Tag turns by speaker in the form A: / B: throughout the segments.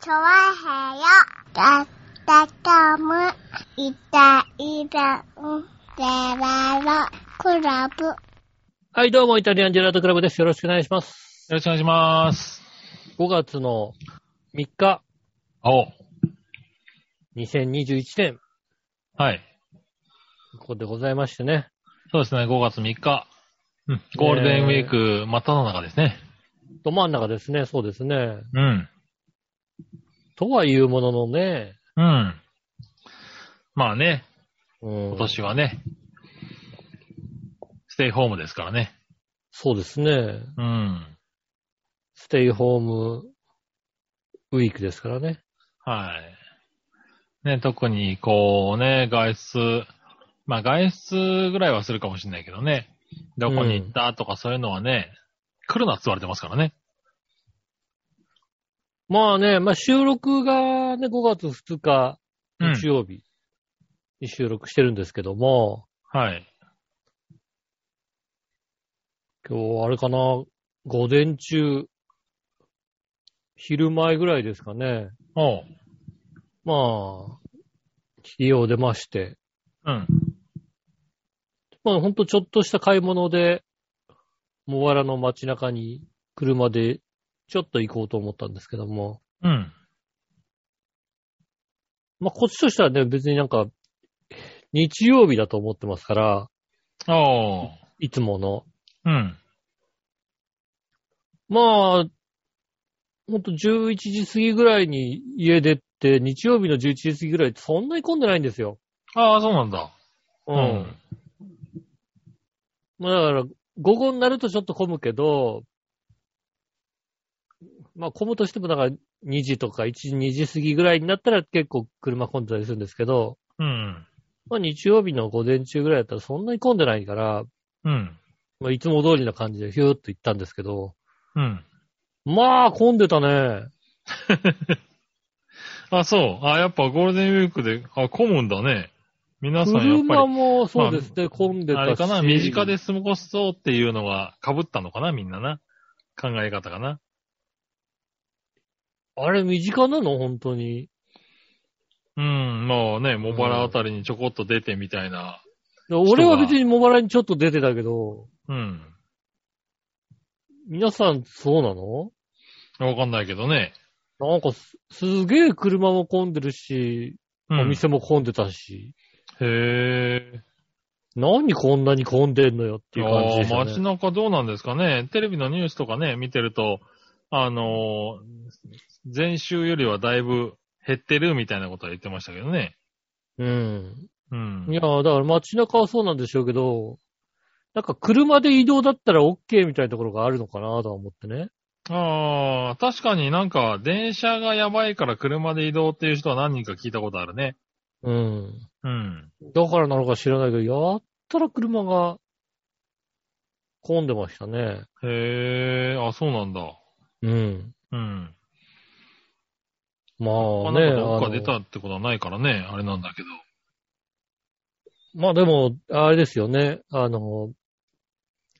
A: チョワヘヨだったかむいたいたんでららクラブ
B: はい、どうも、イタリアンジェラートクラブです。よろしくお願いします。
C: よろしくお願いします。
B: 5月の3日、
C: お。
B: 2021年、
C: はい。
B: ここでございましてね。
C: そうですね、5月3日。うん。ゴールデンウィーク真っ只中ですね。
B: ど真ん中ですね、そうですね。
C: うん。
B: とはいうもののね、
C: うん。まあね、
B: うん、
C: 今年はね、ステイホームですからね。
B: そうですね。
C: うん。
B: ステイホームウィークですからね。
C: はい。ね、特にこうね、外出、まあ外出ぐらいはするかもしれないけどね。どこに行ったとかそういうのはね、来るなって言われてますからね。
B: まあね、まあ収録がね、5月2日、
C: うん
B: 日曜日に収録してるんですけども、
C: はい。
B: 今日あれかな、午前中、昼前ぐらいですかね。
C: おう。
B: まあ、企業出まして、
C: うん。
B: まあほんとちょっとした買い物で、茂原の街中に車でちょっと行こうと思ったんですけども、
C: うん。
B: まあこっちとしてはね、別になんか、日曜日だと思ってますから、
C: おう。
B: いつもの。
C: うん。
B: まあ、ほんと11時過ぎぐらいに家出って、日曜日の11時過ぎぐらいってそんなに混んでないんですよ。
C: ああ、そうなんだ。
B: うん。まあだから、午後になるとちょっと混むけど、まあ混むとしてもだから2時とか1時、2時過ぎぐらいになったら結構車混んでたりするんですけど、
C: うん。
B: まあ日曜日の午前中ぐらいだったらそんなに混んでないから、
C: うん。
B: まあいつも通りな感じでヒューっと行ったんですけど、
C: うん。
B: まあ混んでたね。
C: あ、そう。あ、やっぱゴールデンウィークで、あ、混むんだね。皆さんやっ
B: 車
C: ぱ
B: もそうですね、混んでた
C: り、
B: し。
C: あれかな、身近で過ごそうっていうのが被ったのかな、みんなな。考え方かな。
B: あれ身近なの本当に。
C: うん、まあね、茂原あたりにちょこっと出てみたいな。
B: で俺は別に茂原にちょっと出てたけど、
C: うん。
B: 皆さんそうなの
C: わかんないけどね。
B: なんかす、すげえ車も混んでるし、
C: うん、
B: お店も混んでたし、
C: へえ。
B: 何こんなに混んでんのよっていう感じ
C: あ
B: でし
C: あ
B: た
C: 街
B: ね。
C: 中どうなんですかね。テレビのニュースとかね、見てると、あのー前週よりはだいぶ減ってるみたいなことは言ってましたけどね。
B: うん。
C: うん。
B: いや、だから街中はそうなんでしょうけど、なんか車で移動だったら OK みたいなところがあるのかなとは思ってね。
C: ああ、確かになんか、電車がやばいから車で移動っていう人は何人か聞いたことあるね。
B: うん。
C: うん。
B: だからなのか知らないけど、やったら車が混んでましたね。
C: へえ、あ、そうなんだ。
B: うん。
C: うん。
B: まあ
C: まあ、
B: ね。
C: なんかどっ
B: あ
C: か
B: の
C: 出たってことはないからね、あれなんだけど。
B: まあでも、あれですよね。あの、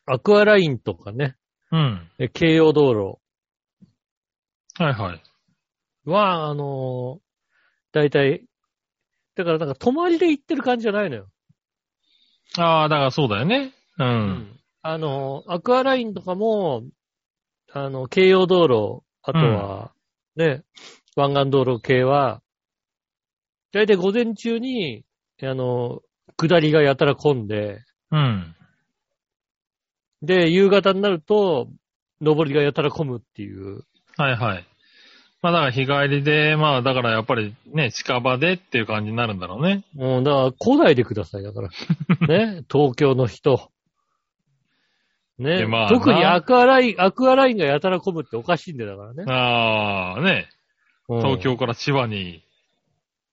B: アクアラインとかね、
C: うん。
B: え京葉道路。
C: はいはい。
B: は、あのー、大体、だからなんか泊まりで行ってる感じじゃないのよ。
C: ああ、だからそうだよね。う。。
B: うんあのー、アクアラインとかも、あの、京葉道路、あとは、ね、湾岸道路系は、大体午前中に、あのー、下りがやたら混んで、
C: うん。
B: で、夕方になると、上りがやたら混むっていう。
C: はいはい。まあだから日帰りで、まあだからやっぱりね、近場でっていう感じになるんだろうね。
B: もう、だから、来ないでください、だ から。ね、東京の人。ね、
C: でまあ
B: 特に
C: な
B: アクアライン、アクアラインがやたら混むっておかしいんでだからね。
C: ああ、ね、
B: うん
C: 東
B: 行っ
C: 京から千葉に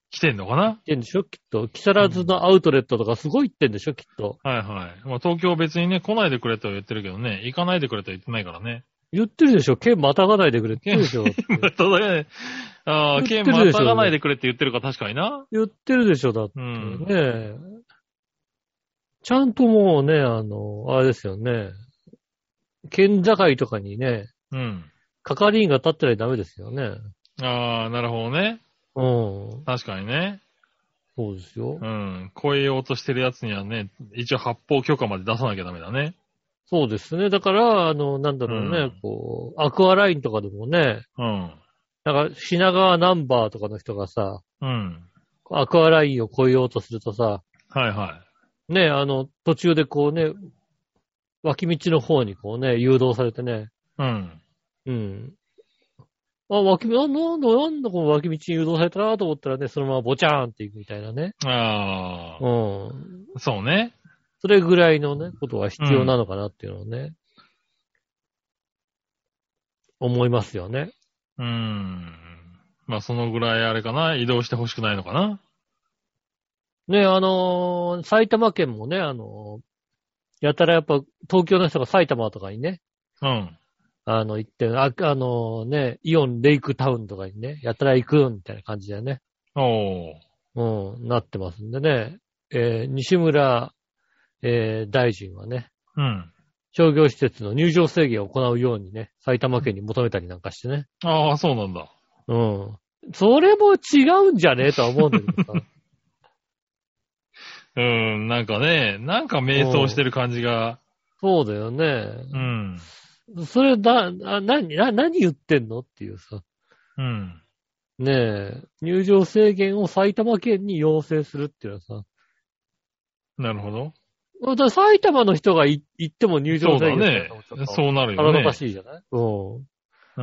C: 来てんのかな、
B: てんでしょきっと。木更津のアウトレットとかすごい行ってんでしょきっと。
C: はいはい。まあ、東京別にね、来ないでくれとは言ってるけどね、行かないでくれとは言ってないからね。
B: 言ってるでしょ県またがないでくれって言ってるでしょ
C: ただね、ああ、
B: 言っ
C: 県
B: てるで
C: ま
B: しょ
C: たがないでくれって言ってるから確かにな。
B: 言ってるでしょだって。
C: うん。
B: ねえ。ちゃんともうね、あの、あれですよね。県境とかにね、
C: うん。
B: 係員が立ってないとダメですよね。
C: ああ、なるほどね。
B: うん。
C: 確かにね。
B: そうですよ。
C: うん。超えようとしてるやつにはね、一応発砲許可まで出さなきゃダメだね。
B: そうですね。だから、あの、なんだろうね、
C: うん
B: こう、アクアラインとかでもね、
C: うん。
B: なんか品川ナンバーとかの人がさ、
C: うん。
B: アクアラインを越えようとするとさ、
C: はいは
B: ね、あの、途中でこうね、脇道の方にこうね、誘導されてね、
C: い。うん。
B: うん。あ、脇道、あなんだ、なんだこの脇道に誘導されたなと思ったらね、そのままボチャーンって行くみたいなね。
C: あ
B: う
C: あ、
B: ん。
C: そうね。
B: それぐらいのね、ことは必要なのかなっていうのをね、思いますよね。
C: うん。まあ、そのぐらいあれかな。移動してほしくないのかな。
B: ね、あのー埼玉県もね、あのーやたらやっぱ東京の人が埼玉とかにね、
C: うん。
B: あの、行って、あ、あのーね、イオンレイクタウンとかにね、やたら行くみたいな感じでね、
C: おー。
B: うん、なってますんでね、えー西村、えー大臣はね、
C: うん。
B: 商業施設の入場制限を行うようにね、埼玉県に求めたりなんかしてね、
C: ああ、そうなんだ。
B: うん。それも違うんじゃねえとは思うんだけどさ。
C: うん、なんかね、なんか迷走してる感じが。
B: そうだよね。
C: うん。
B: それだ、あ、何、な、何言ってんのっていうさ。
C: うん。
B: ねえ、入場制限を埼玉県に要請するっていうのはさ、
C: なるほど。
B: だから埼玉の人がい行っても入
C: そ
B: 場
C: う
B: 制
C: だ
B: 限
C: ね
B: だと思っ。ちゃった
C: そうなるよ
B: 腹おか
C: ね。
B: しいじゃないうん。
C: うん。
B: だ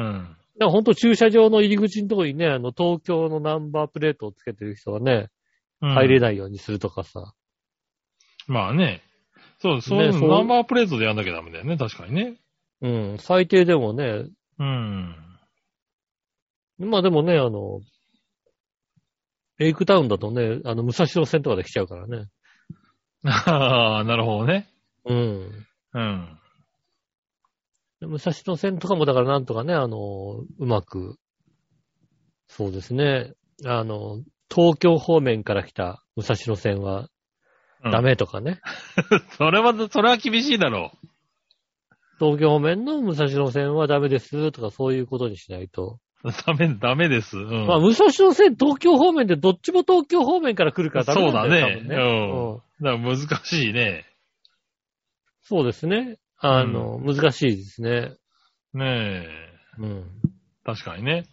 B: からほんと駐車場の入り口のとこにね、あの、東京のナンバープレートをつけてる人がね、入れ
C: な
B: な
C: い。
B: いようにするとかさ。
C: まあね。そう、そういう
B: ねそう
C: のナンバープレートでやんなきゃダメだよね。確かにね。
B: うん、最低でもね、
C: うん。
B: まあでもね、あの、レイクタウンだとね、あの、武蔵野線とかで来ちゃうからね。
C: ああ、なるほどね。
B: うん。
C: うん。
B: 武蔵野線とかもだからなんとかね、あの、うまく、そうですね、あの、東京方面から来た武蔵野線は
C: うん
B: ダ。メとかね、
C: それは、それは厳しいだろ
B: 東京方面の武蔵野線はダメですとかそういうことにしないと。
C: う。 ダメ、ダメです。うん。
B: まあ、武蔵野線、東京方面でどっちも東京方面から来るからダメなんだよ
C: そうだね
B: 多分
C: うん
B: うん
C: だから難しいね。
B: そうですね。あの、難しいですね。
C: ねえ。
B: うん。
C: 確かにね。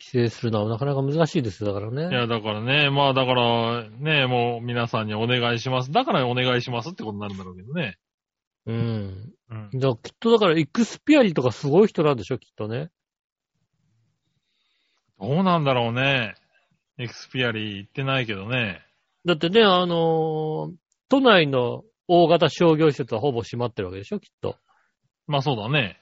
B: 規制するのはなかなか難しいですよだから
C: い
B: ね。
C: や、だからね、まあだから、ね、もう皆さんにお願いします。だからお願いしますってことになるんだろうけどね。
B: うん。
C: うん。
B: じゃあ、きっとだから、エクスピアリとかすごい人なんでしょ、きっとね。
C: どうなんだろうね。エクスピアリー行ってないけどね。
B: だってね、あのー都内の大型商業施設はほぼ閉まってるわけでしょ、きっと。
C: まあそうだね。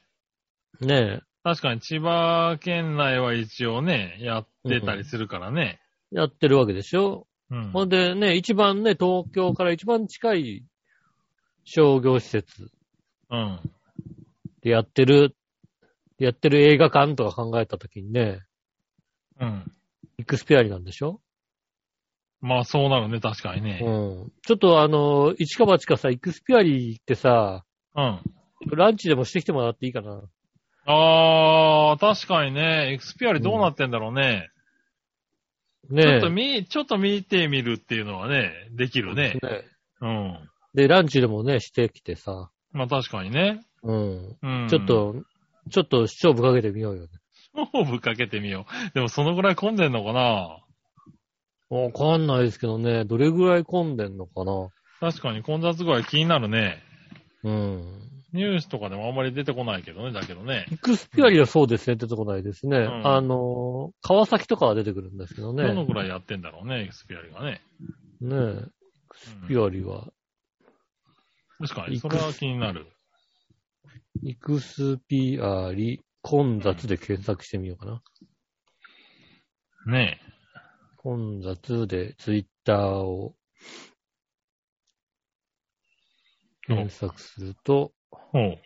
B: ね
C: 確かに千葉県内は一応ね、やってたりするからね。
B: え。やってるわけでしょ。
C: うん。
B: ほんでね、一番ね、東京から一番近い商業施設
C: うん。
B: でやってる、やってる映画館とか考えたときにね、
C: うん。
B: エクスピアリなんでしょ
C: まあそうなるね、確かに
B: う
C: ね。
B: ん。ちょっとあのー、一か八かさ、エクスピアリってさ、
C: うん。
B: ランチでもしてきてもらっていいかな。
C: あー、確かにね、エクスピアリーどうなってんだろうね。
B: ね
C: ち
B: え
C: ょっと見、ちょっと見てみるっていうのはね、できるね。
B: ね
C: うん。
B: で、ランチでもね、してきてさ、
C: まあ確かにね。
B: うん。
C: うん。
B: ちょっ。と、ちょっと勝負かけてみようよね。
C: 勝負かけてみよう。でもそのぐらい混んでんのかな
B: わかんないですけどね、どれぐらい混んでんのかな。
C: 確かに混雑具合気になるね。
B: うん。
C: ニュースとかでもあんまり出てこないけどね、だけどね。
B: エクスピアリはそうですね、出てこないですね。
C: ん
B: あの、川崎とかは出てくるんですけどね。
C: どの
B: ね
C: ぐらいやってんだろうね、エクスピアリがね。
B: えエクスピアリは。
C: 確かに、それは気になる。
B: エクスピアリ混雑で検索してみようかな。
C: ね
B: 混雑でツイッターを検索すると、
C: え。ほう。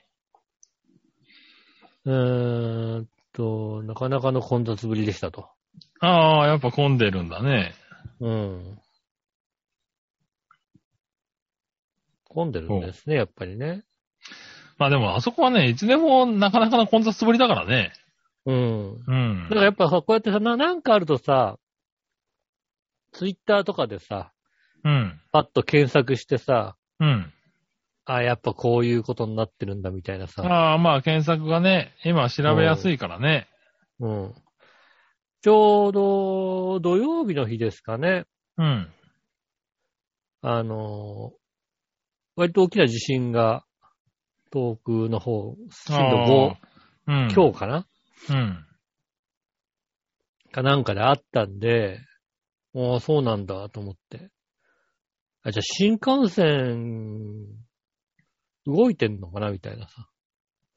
B: うーんと、なかなかの混雑ぶりでしたと。
C: ああ、やっぱ混んでるんだね。
B: うん。混んでるんですね、やっぱりね。
C: まあでも、あそこはね、いつでもなかなかの混雑ぶりだからね。
B: うん。
C: うん
B: だか。らやっぱさ、こうやってさ、ななんかあるとさ、ツイッターとかでさ、
C: うん。
B: パッと検索してさ、
C: うん。
B: あ、やっぱこういうことになってるんだみたいなさ、
C: ああ、まあ検索がね、今調べやすいからね。
B: うん。ちょうど土曜日の日ですかね、
C: うん。
B: あのー割と大きな地震が、東北の方、震度
C: ああうん。
B: 5強かな、
C: 日。うん。
B: かなんかであったんで、ああ、そうなんだと思って。あ、じゃあ新幹線、動いてんのかなみたいなさ。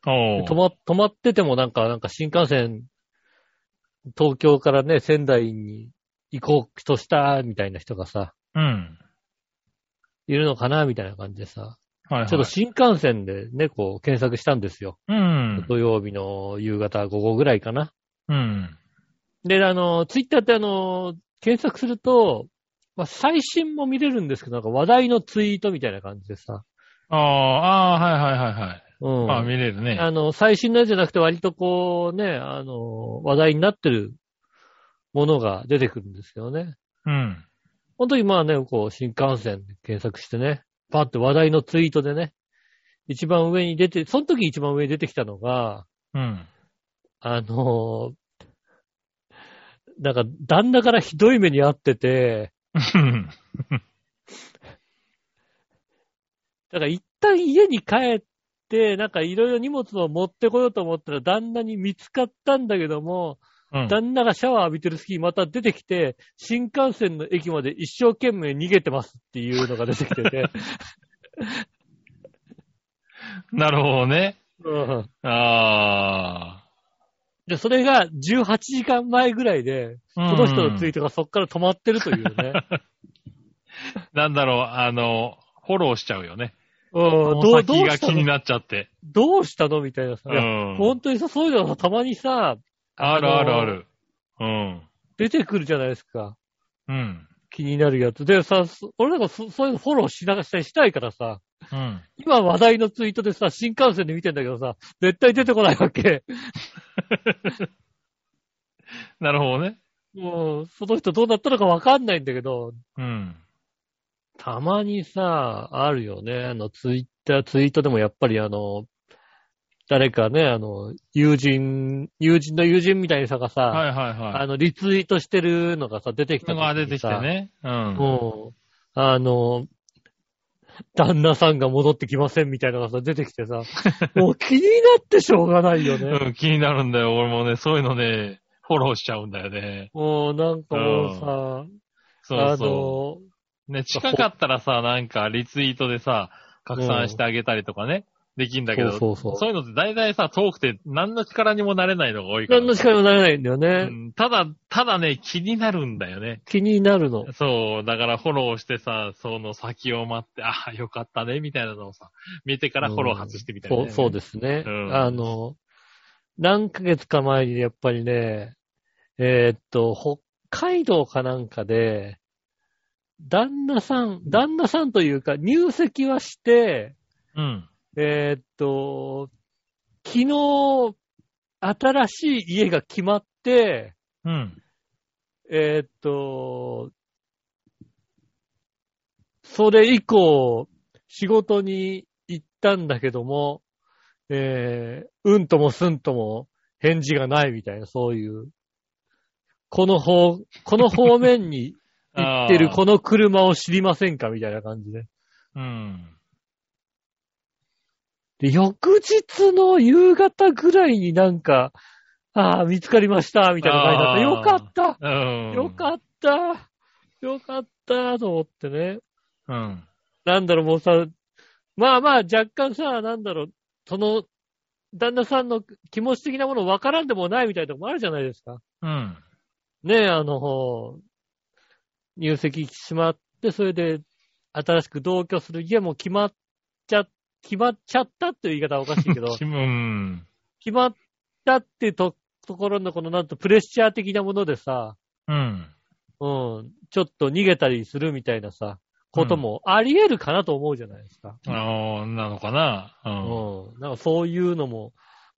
C: お
B: で
C: ー
B: 止ま、止まっててもなんか、なんか新幹線、東京からね、仙台に行こうとした、みたいな人がさ、
C: うん。
B: いるのかなみたいな感じでさ、
C: はい、はい。
B: ちょっと新幹線でね、こう検索したんですよ。
C: うん。
B: 土曜日の夕方午後ぐらいかな。
C: うん。
B: で、あの、ツイッターってあの、検索すると、まあ、最新も見れるんですけど、なんか話題のツイートみたいな感じでさ。
C: ああ、ああ、はいはいはいはい。
B: うん。
C: まあ見れるね。
B: あの、最新のやつじゃなくて割とこうね、あの、話題になってるものが出てくるんですけどね。
C: うん。
B: 本当にまあね、こう、新幹線で検索してね、パッて話題のツイートでね、一番上に出て、その時一番上に出てきたのが、
C: うん。
B: あのなんか、旦那からひどい目に遭ってて、だから一旦家に帰って、なんかいろいろ荷物を持ってこようと思ったら旦那に見つかったんだけども、
C: うん。
B: 旦那がシャワー浴びてる隙にまた出てきて、新幹線の駅まで一生懸命逃げてますっていうのが出てきて て、
C: なるほどね。
B: うん
C: あ
B: で、それが18時間前ぐらいで、
C: あ。
B: その人のツイー
C: ト。
B: トがそっから止まってるという ね。
C: なんだろう、あの、フォローしちゃうよね。
B: うん、
C: ど
B: どう
C: う
B: どう
C: が
B: した
C: 気に
B: の
C: なっちゃって。
B: どうしたのみたいなさ。
C: う
B: いや
C: ん。
B: 本当にさ、そういうのがたまにさ、
C: あるある
B: の
C: ある。うん。
B: 出てくるじゃないですか。
C: うん。
B: 気になるやつ。でさ、そ俺なんかそそういうのフォローしながらしたりしたいからさ、
C: うん。
B: 今話題のツイートでさ、新幹線で見てんだけどさ、絶対出てこないわけ。
C: なるほどね。
B: もう、その人どうなったのかわかんないんだけど、
C: うん。
B: たまにさ、あるよね。あの、ツイッター、ツイートでもやっぱりあの、誰かね、あの、友人、友人の友人みたいにさがさ、
C: はいはいは
B: あの、リツイートしてるのがさ、出てき
C: い。
B: た時に
C: のが
B: さ。
C: 出てきてね。うん。
B: もう、あの、旦那さんが戻ってきませんみたいなのがさ、出てきて さ、もう気になってしょうがないよね。
C: うん、気になるんだよ。俺もね、そういうのね、フォローしちゃうんだよね。
B: もうなんかもうさ、
C: そうそ
B: あの、
C: う。ね、近かったらさ、なんかリツイートでさ、拡散してあげたりとかね、できんだけど、そう
B: そうそうそう。
C: いうのって大体さ、遠くて何の力にもなれないのが多いから。
B: 何の力にもなれないんだよね。
C: うんただ、ただね、気になるんだよね。
B: 気になるの。
C: そう、だからフォローしてさ、その先を待って、ああ、よかったね、みたいなのをさ、見てからフォロー外してみたいな、
B: そうそう
C: で
B: ですね、
C: うん
B: あの、何ヶ月か前にやっぱりね、えーっと、北海道かなんかで、旦那さん、旦那さんというか、入籍はして、
C: す。うん。
B: えーっと、昨日、新しい家が決まって、
C: うん。
B: えーっと、それ以降、仕事に行ったんだけども、えーうんともすんとも返事がないみたいな、そういう。この方、この方面に行ってるこの車を知りませんかみたいな感じで。
C: あーうん。
B: で、翌日の夕方ぐらいになんか、ああ、見つかりました、みたいな感じだった。よかった
C: うん。
B: よかった。よかったと思ってね。
C: うん。
B: なんだろう、もうさ、まあまあ、若干さ、なんだろう、その、旦那さんの気持ち的なもの分からんでもないみたいなとこもあるじゃないですか。
C: うん。
B: ねえ、あの、ほう入籍しまって、それで、新しく同居する家も決まっちゃ、決まっちゃったっていう言い方はおかしいけど、
C: 気分、
B: 決まったっていうとところのこのなんとプレッシャー的なものでさ、
C: うん。
B: うん、ちょっと逃げたりするみたいなさ、こともあり得るかなと思うじゃないですか。
C: ああ、なのかな。うん。
B: うん。なんかそういうのも、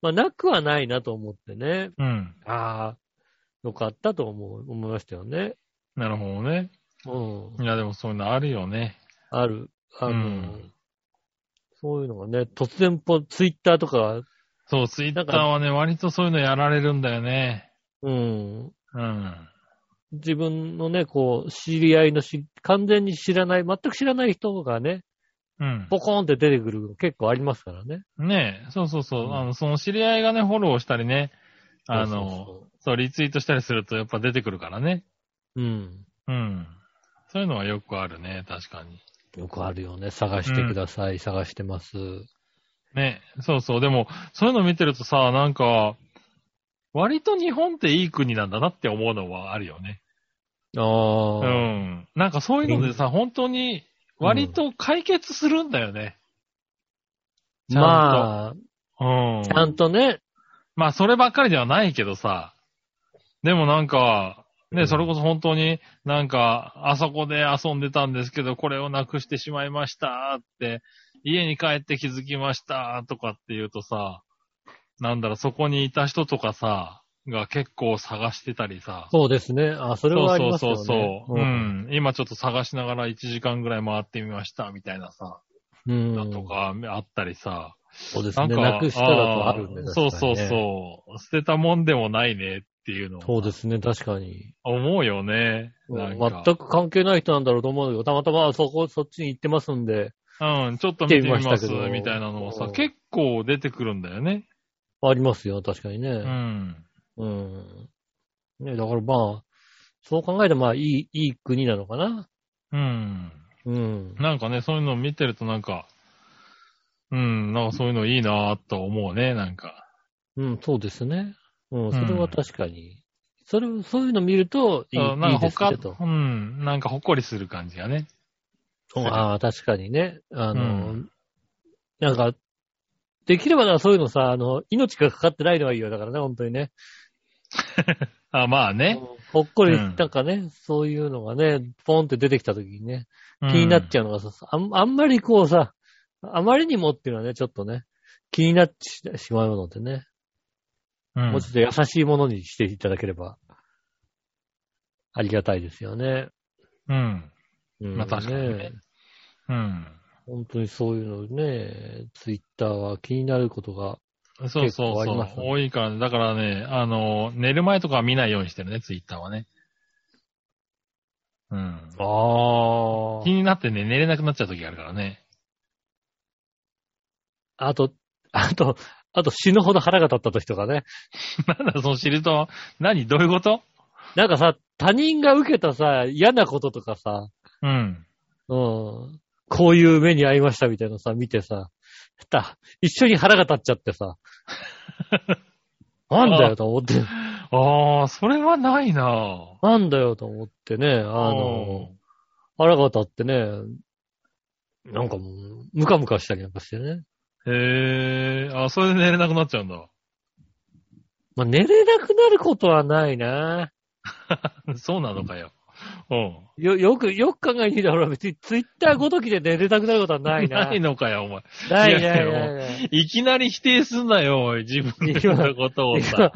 B: まあ、なくはないなと思ってね。
C: うん。
B: ああ、よかったと思う、思いましたよね。
C: なるほどね。
B: うん。
C: いや、でもそういうのあるよね。
B: ある。あの、
C: うん
B: そういうのがね、突然ぽ、ツイッターとか、
C: そう、ツイッターはね、割とそういうのやられるんだよね。
B: うん。
C: うん。
B: 自分のね、こう、知り合いのし、完全に知らない、全く知らない人がね、
C: うん。
B: ポコーンって出てくるの結構ありますからね。
C: ねえ、そうそうそう。
B: うん
C: あの、その知り合いがね、フォローしたりね、あの、そう
B: そう
C: リツイートしたりするとやっぱ出てくるからね。
B: そううん。
C: うん。そういうのはよくあるね、確かに。
B: よくあるよね。探してください。探してます。
C: ねえ、そうそう。でも、そういうの見てるとさ、なんか、割と日本っていい国なんだなって思うのはあるよね。
B: あ
C: う
B: あ、
C: ん。なんかそういうのでさ、本当に、割と解決するんだよね。ちゃんと
B: まあ、
C: うん。
B: ちゃんとね。
C: まあ、そればっかりではないけどさ。でもなんか、
B: う
C: ね、
B: ん
C: それこそ本当になんか、あそこで遊んでたんですけど、これをなくしてしまいましたって、家に帰って気づきましたとかって言うとさ、なんだろう、そこにいた人とかさ、が結構探してたりさ。
B: そうですね。あ、それはありますよね。
C: そうそうそう。うん。今ちょっと探しながら1時間ぐらい回ってみました、みたいなさ。
B: うん。
C: とかあったりさ。
B: そうです
C: なん
B: ね。
C: か、
B: なくしたらとあるんで、
C: あー
B: ね、
C: そうそう
B: う。
C: そう。捨てたもんでもないねっていうの
B: そう
C: を
B: ですね、確かに。
C: 思うよね。なんか
B: 全く関係ない人なんだろうと思うよ。たまたまそこ、そっちに行ってますんで、
C: うん、ちょっと見て
B: 見
C: み
B: てみま
C: ま
B: した
C: す
B: けど
C: みたいなのもさ
B: う、ん
C: 結構出てくるんだよね。
B: ありますよ、確かに
C: う
B: ね。
C: ん。
B: うん。ね、だからまあ、そう考えてまあ、いい、いい国なのかな。
C: うん。
B: うん。
C: なんかね、そういうのを見てるとなんか、うん、なんかそういうのいいなぁと思うね、なんか。
B: うん、そうですね。うん、それは確かに。それ、そういうの見ると、いい、
C: うんなん
B: いい
C: か
B: です
C: 他、
B: ね、と。
C: うん、なんかほっこりする感じがね。
B: ああ、確かにね。あの、
C: う
B: なんか、できればな、そういうのさ、あの、命がかかってないのはいいよ。だからね、本当にね。
C: あ、まあね。
B: ほっこり、
C: うん
B: なんかね、そういうのがね、ポンって出てきた時にね、
C: 気
B: 気になっ
C: ゃ
B: ちゃうのがさ、あんあんまりこうさ、あまりにもっていうのはね、ちょっとね、気になってしまうのでね、
C: うん。
B: もうちょっと優しいものにしていただければ、ありがたいですよね。
C: うん。
B: うん、
C: まあ確かにねうん。
B: 本当にそういうのね、ツイッターは気になることが、
C: そう
B: 結
C: そう
B: 構あ
C: そ
B: り
C: う
B: ま。すね
C: 多いからね。だからね、あの、寝る前とかは見ないようにしてるね、ツイッターはね。うん。
B: あ
C: 気になってね、寝れなくなっちゃう時があるからね。
B: あと、あと、あと死ぬほど腹が立った時とかね、
C: なんだ、その知ると、何どういうこと
B: なんかさ、他人が受けたさ、嫌なこととかさ、
C: うん。
B: うん。こういう目に遭いましたみたいなのさ、見てさ、た、一緒に腹が立っちゃってさ、なんだよと思って、
C: ああ、それはないなぁ。
B: なんだよと思ってね、あの、腹が立ってね、なんかもう、ムカムカしたりなんかしてね。
C: うん、へえ、あ、それで寝れなくなっちゃうんだ。
B: まあ、寝れなくなることはないな。
C: そうなのかよ。うん。
B: よ、よく、よく考えてみたら、ほら別にツイッターごときで寝れなくなることはないな。
C: ないのかよ、お前。
B: ない
C: い
B: な
C: や
B: い
C: いや
B: ないない。
C: いきなり否定すんなよ、おい自分のことをさ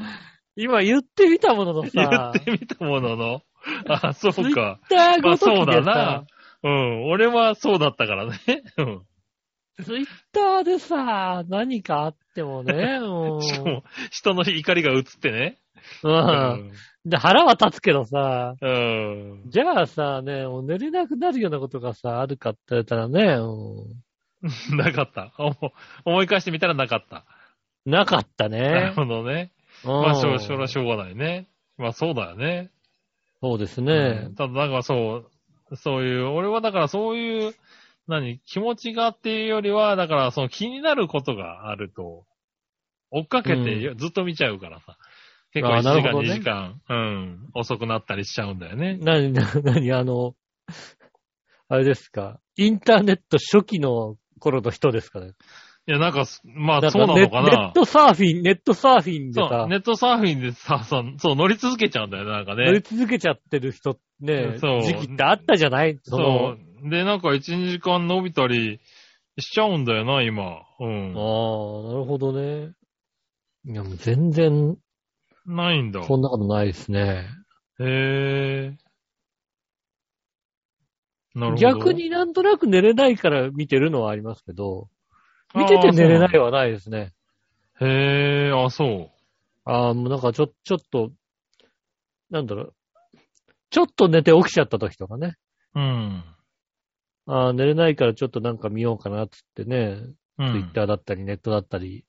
B: 今。、今言ってみたものの
C: 言
B: さ
C: っ、てみたものの。あ、そう
B: ツイッ
C: か。
B: ツイッター
C: ま
B: ご
C: あ
B: とき
C: そう
B: でさ、
C: だな。うん。俺はそうだったからね。うん。
B: ツイッターでさ、何かあってもね、もう。
C: しかも、人の怒りが映ってね。
B: うん。で、腹は立つけどさ、
C: うん。
B: じゃあさ、ね、もう寝れなくなるようなことがさ、あるかって言ったらね、も
C: なかった。お思い返してみたらなかった。
B: うなかった
C: なる
B: ね。
C: ほどね。
B: うん
C: まあ、しょう、しょうしょうがないね。まあ、そうだよね。
B: そうです
C: う
B: ね
C: ん。ただ、なんかそう、そういう、俺はだからそういう、何、気持ちがっていうよりは、だから、その気になることがあると、追っかけてよずっと見ちゃうからさ。結構
B: あ
C: 1
B: ー
C: 時
B: なるほ
C: 間、
B: どね
C: 2時間、うん、遅くなったりしちゃうんだよね。
B: なに、ななに、あの、あれですか、インターネット初期の頃の人ですかね。
C: いや、なんかす、まあ、
B: ん
C: そうな
B: ネ
C: のか
B: ネッ
C: な。
B: トサーフィン、ネットサーフィンで
C: そう
B: さ、、
C: ネットサーフィンでさ、そう、そう乗り続けちゃうんだよね、なんか
B: 乗り
C: ね。
B: 続けちゃってる人ね、
C: そう
B: 時期ってあったじゃないその
C: そう。で、なんか1、2時間伸びたりしちゃうんだよな、今。
B: あ
C: うん。
B: あ、なるほどね。いや、もう全然、
C: ないんだ。
B: そんなことないですね。
C: へえ。なるほど。
B: 逆になんとなく寝れないから見てるのはありますけど、見てて寝れないはないですね。
C: あー。そうなんだへえ、あ、そう。
B: ああー、もうなんかちょ、ちょっと、なんだろう、ちょっと寝て起きちゃった時とかね。
C: うん。
B: ああ、寝れないからちょっとなんか見ようかなっつってね、
C: う
B: ツイ
C: ん
B: ッ。ターだったりネットだったり、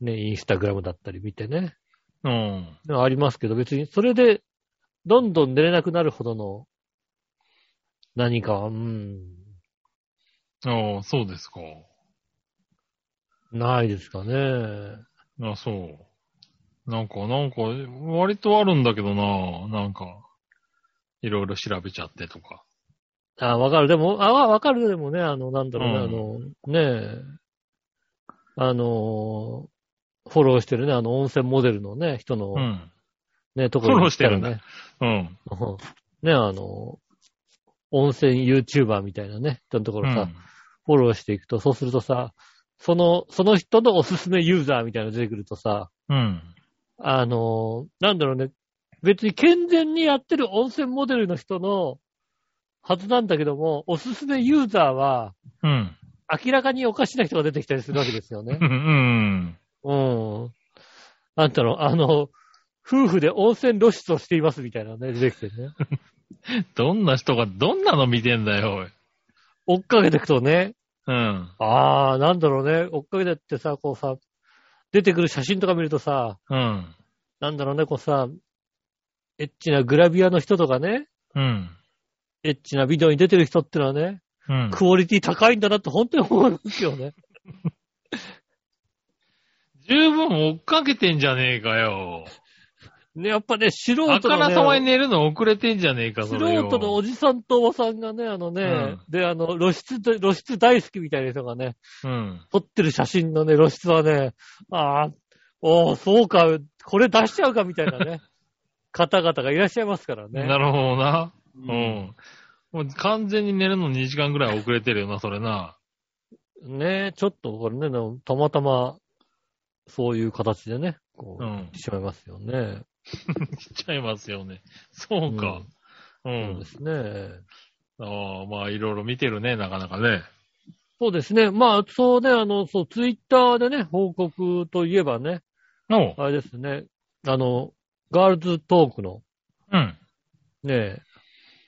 B: ね、インスタグラムだったり見てね。
C: うん。
B: ありますけど、別にそれで、どんどん寝れなくなるほどの、何かは、うん、
C: ああ、そうですか。
B: ないですかね。
C: あ、そう。なんか、なんか、割とあるんだけどな。なんか、いろいろ調べちゃってとか。
B: あ、わかる。でも、あ、わわかる。でもね、あの、なんだろうね、あの、ねえ、あの、フォローしてるね、あの、温泉モデルのね、人の
C: う、ん。
B: ね、ところに行ったら
C: フォ
B: ね。
C: うん。
B: うんね、 あの、温泉 YouTuber みたいなね、人のとこ
C: う
B: ろさ、
C: ん。
B: フォローしていくと、そうするとさ、その、その人のおすすめユーザーみたいなの出てくるとさ、
C: うん。
B: あの、なんだろうね、別に健全にやってる温泉モデルの人のはずなんだけども、おすすめユーザーは、
C: うん。
B: 明らかにおかしな人が出てきたりするわけですよね
C: う。ん。
B: うん。あんたの、あの、夫婦で温泉露出をしていますみたいなね、出てきてね。
C: どんな人がどんなの見てんだよ、おい。
B: 追っかけていくとね、
C: うん。
B: あー、なんだろうね、追っかけてってさ、こうさ、出てくる写真とか見るとさ、
C: うん。
B: なんだろうね、こうさ、エッチなグラビアの人とかね、
C: うん。
B: エッチなビデオに出てる人ってのはね、
C: うん。
B: クオリティ高いんだなって本当に思うんですよね。
C: 十分追っかけてんじゃねえかよ。
B: ね、やっぱね、素人の、ね、
C: あからさまに寝るの遅れてんじゃねえか、そ
B: 素
C: れよ。
B: 人のおじさんとおばさんがね、あのね、
C: うん
B: で、あの、露出、露出大好きみたいな人がね、
C: うん。
B: 撮ってる写真のね、露出はね、ああ、おーそうか、これ出しちゃうかみたいな ね、方々がいらっしゃいますからね。
C: なるほどな。
B: う
C: うん。もう完全に寝るの2時間ぐらい遅れてるよな、それな。
B: ねちょっとこれね、でもたまたま、そういう形でね、こう、
C: うん
B: しまいますよね。
C: 来ちゃいますよね。そうか。うん。
B: そうですね。
C: ああ、まあ、いろいろ見てるね、なかなかね。
B: そうですね。まあ、そうね、あの、そう、ツイッターでね、報告といえばね、
C: おう。
B: あれですね、あの、ガールズトークの、
C: うん。
B: ねえ、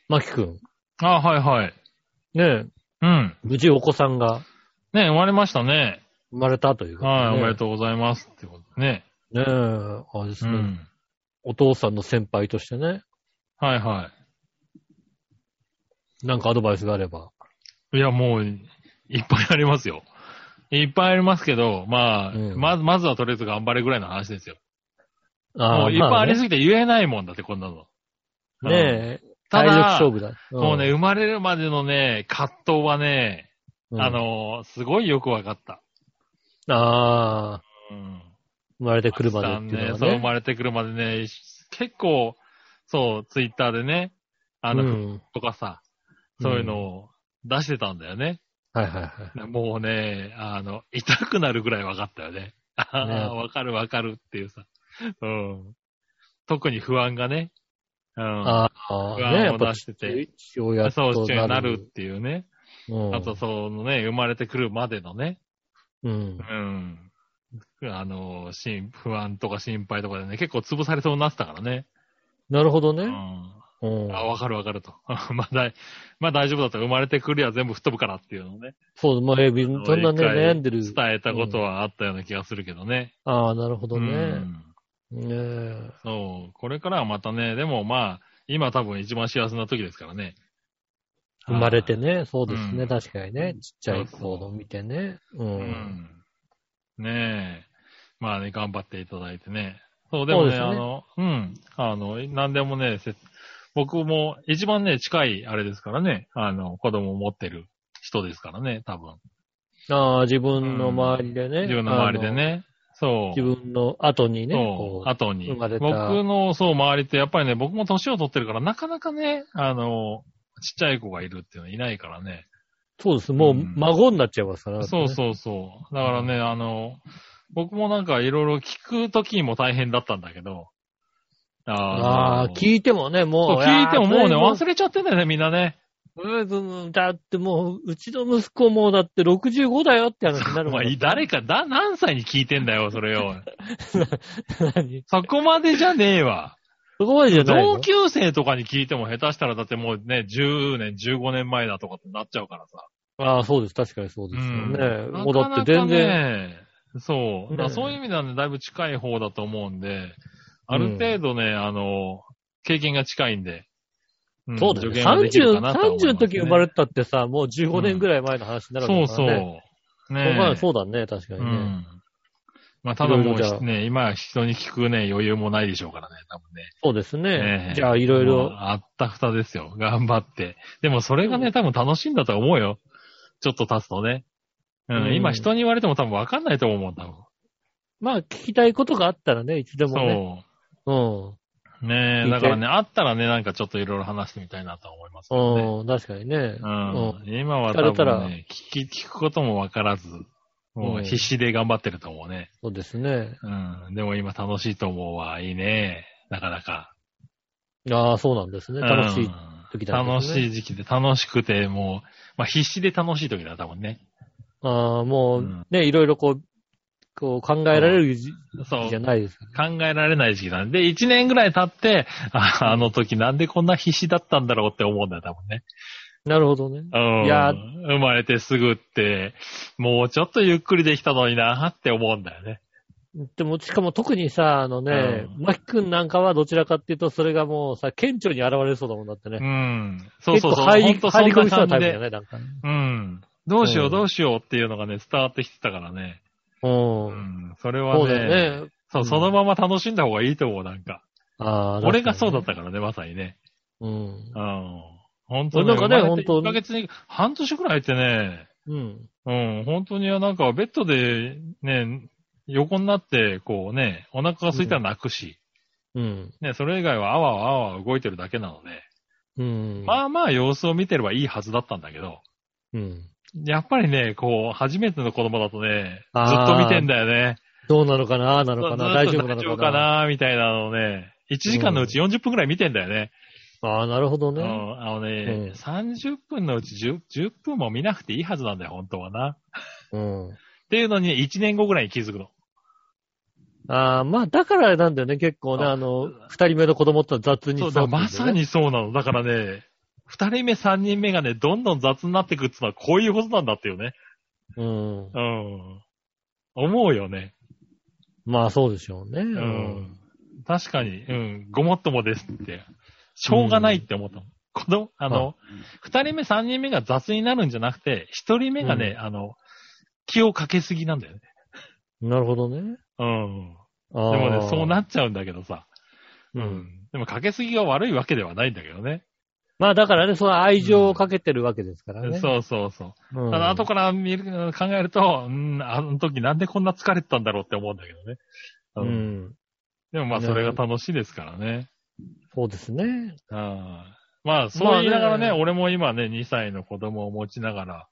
B: マキくん、
C: ああ、はいはい。
B: ねえ、
C: うん。
B: 無事お子さんが
C: ね、生まれましたね。
B: 生まれたということで、ね。
C: はい、おめでとうございます。ってことね。
B: ねえ、あれです
C: う
B: ね、
C: ん。
B: お父さんの先輩としてね、
C: はいは
B: なんかアドバイスがあれば。
C: い。いや、もう、いっぱいありますよ。いっぱいありますけど、まあ、
B: うん
C: まず、まずはとりあえず頑張れぐらいの話ですよ。
B: あ
C: もういっぱいあり
B: ね
C: すぎて言えないもんだって、こんなの。うん
B: ねえ、
C: た
B: 体力
C: だ、
B: 勝負だ。ん
C: もうね、、生まれるまでのね、葛藤はね、
B: うん
C: あ、の、すごいよくわかった。
B: ああ、
C: うん。
B: 生まれてくるまでっていうの
C: さんねそう、
B: は
C: 生
B: ね。
C: まれてくるまでね、結構、そう、ツイッターでね、あの、
B: うん
C: とかさ、そういうのを出してたんだよね。
B: はいはいはい。
C: もうね、あの、痛くなるぐらいわかったよね。ああ、わかるわかるっていうさ。うん。特に不安がね。うん。
B: ああ、
C: 不安を
B: ねやっぱ
C: 出してて
B: 父親と
C: そう、父親になるっていうね。
B: うん
C: あと、そのね、生まれてくるまでのね、
B: うん。
C: うん。あの、心不安とか心配とかでね、結構潰されそうになってたからね。
B: なるほど
C: う
B: ね。
C: ん。
B: うん
C: あ、わかるわかると。 まあ大、まあ大丈夫だと。生まれてくるや全部吹っ飛ぶからっていうのをね。
B: そう、まあ、えびそんなね、
C: 一回
B: 悩んでる。
C: 伝えたことはあったような気がするけどね。
B: ああ、なるほど
C: う
B: ね。
C: ん
B: ねえ。
C: そう。これからはまたね、でもまあ、今多分一番幸せな時ですからね。
B: 生まれてね、そうです
C: う
B: ね、
C: ん
B: 確かにね。ちっちゃい
C: そうそ
B: 子
C: う
B: の見てね。う。
C: あー。うんん。ねえ。まあね、頑張っていただいてね。そう、でもね、
B: そうですね
C: あの、うん。あの、なんでもね、せ僕も一番ね、近いあれですからね。あの、子供を持ってる人ですからね、多分。
B: ああ、自分の周りでね。
C: 自分の周りでね。そう。
B: あの。自分の後にね。
C: そ
B: こ
C: う、後に。
B: 生ま
C: 僕
B: れた
C: の、そう、周りって、やっぱりね、僕も年を取ってるから、なかなかね、あの、ちっちゃい子がいるっていうのはいないからね。
B: そうです。もう、
C: うん
B: 孫になっちゃいますからね。
C: そうそうそう。だからね、あの、僕もなんかいろいろ聞くときも大変だったんだけど。
B: ああ、
C: の
B: 聞いてもね、
C: そう
B: もう。
C: 聞いてももうね、
B: あー
C: 忘れちゃってんだよね、みんなね。
B: うんうんだってもう、うちの息子もだって65だよって話になる
C: ま
B: も
C: あ
B: ん。
C: い誰か、だ、何歳に聞いてんだよ、それよ。
B: 何
C: そこまでじゃねえわ。
B: そこまでじゃ ないの
C: 同級生とかに聞いても下手したらだってもうね、10年、15年前だとかってなっちゃうからさ。
B: ああ、そうです。確かにそうですよね。
C: うん
B: もうだって全。然。
C: なかなかねそう。だから
B: ね
C: そういう意味ではね、だいぶ近い方だと思うんで、ある程度ね、あの、経験が近いんで。ん
B: そうですよ
C: 助
B: ね。
C: 言はできる
B: 30、
C: かなとは思います
B: 30
C: ね
B: の時生まれたってさ、もう15年ぐらい前の話になるわ
C: そ
B: け
C: う
B: だ
C: そ
B: か
C: う。
B: らね。そ
C: ね
B: うまあ
C: え
B: そうだね、確かに
C: う
B: ね。
C: ん。まあ、ただも
B: いろいろじゃ
C: う
B: あ
C: ね、今は人に聞くね、余裕もないでしょうからね、多分ね。
B: そうです
C: え
B: ね
C: え。
B: じゃあ、いろい
C: ま
B: ろ。
C: ああったふたですよ。頑張って。でもそれがね、多分楽しいんだと思うよ。ちょっと経つとね。うん。
B: うん
C: 今人に言われても多分わかんないと思う、多分。
B: まあ、聞きたいことがあったらね、いつでもね。う
C: そう。ね
B: 聞い
C: え、
B: て
C: だからね、あったらね、なんかちょっといろいろ話してみたいなと思いますよね。
B: ん。うん。確かにね。
C: うん。今は
B: 聞か
C: 多
B: れた
C: 分
B: ら
C: ね、聞き、聞くこともわからず、もう必死で頑張ってると思うね。
B: そうですね。
C: うん。でも今楽しいと思うわ。いいね。なかなか。
B: ああ、そうなんですね。楽しい時だ
C: うん
B: ね
C: 楽しい時期で楽しくて、もう、まあ必死で楽しい時だ、多分ね。
B: ああ、も
C: うん
B: う、ね、いろいろこう、こう考えられる時
C: そう
B: じゃ。ないですか。
C: 考えられない時期なんで、1年ぐらい経って、ああの時なんでこんな必死だったんだろうって思うんだよ、多分ね。
B: なるほどね。
C: うん。
B: いや
C: 生まれてすぐって、もうちょっとゆっくりできたのになって思うんだよね。
B: でも、しかも特にさ、あのね、
C: うん
B: マキ君なんかはどちらかっていうと、それがもうさ、顕著に現れそうだもんだって
C: う
B: ね。
C: ん。そう
B: 結
C: そう
B: 構
C: そう。
B: 入り
C: ほんと
B: 入り込みそうなタ
C: そんな
B: イプだ
C: 感じで
B: よね、なんか。
C: うん。どうしよ
B: う
C: うんどうしようっていうのがね、伝わってきてたからね。
B: うん。
C: うん。それ
B: そ
C: は
B: うだ
C: ね、
B: よね。
C: そ
B: う
C: う、
B: ん
C: そのまま楽しんだ方がいいと思う、なんか。
B: ああ、
C: 俺がそうだっ
B: 確
C: たからね、まさにね。
B: かにね。
C: うん。本当に、
B: なんかね
C: 生まれて
B: 本当
C: 1ヶ月に、半年くらいってね、
B: うん。うん。
C: うん、本当にはなんかベッドでね、横になって、こうね、お腹が空いたら泣くし、
B: うん。
C: ね、それ以外はあわあわあわ動いてるだけなので、
B: うん。
C: まあまあ様子を見てればいいはずだったんだけど、
B: うん。
C: やっぱりね、こう、初めての子供だとね、ず
B: あ
C: っ
B: ー
C: と見てんだよね。
B: どうなのかな、ああなのか
C: そう
B: な、大
C: ずっ
B: 丈
C: と
B: 夫なの
C: 大丈夫
B: か
C: か
B: な。
C: なみたいなのをね、1時間のうち40分くらい見てんだよね。
B: ああ、なるほど
C: う
B: ね。
C: ん、あのね、
B: うん
C: 30分のうち 10, 10分も見なくていいはずなんだよ、本当はな。
B: うん。
C: っていうのに1年後ぐらいに気づくの。
B: ああ、まあ、だからなんだよね、結構ね、
C: あ
B: あの、二人目の子供とは雑に
C: そう
B: 伝
C: だ、
B: わってるんだよね
C: まさ。にそうなの。だからね、2人目、3人目がね、どんどん雑になってくってのはこういうことなんだっていうね。
B: うん。
C: うん。思うよね。
B: まあ、そうでしょうね。う
C: うん。。確かに、うん、ごもっともですって。しょうがないって思ったの。この、あの、2人目、3人目が雑になるんじゃなくて、1人目がね、あの、気をかけすぎなんだよね。
B: なるほどね。
C: うん。
B: で
C: でもね、そうなっちゃうんだけどさ。
B: う。
C: うんん。でも、かけすぎが悪いわけではないんだけどね。
B: まあだからね、その愛情をかけてるわけですからね。
C: そうそうそう。
B: うん。
C: ただ、後から見る、考えると、うん、あの時なんでこんな疲れてたんだろうって思うんだけどね。
B: う。ん。
C: でも、まあ、それが楽しいですからね。
B: そうですね。
C: あまあ、そう言いながらね、
B: まあね
C: 俺も今ね、2歳の子供を持ちながら、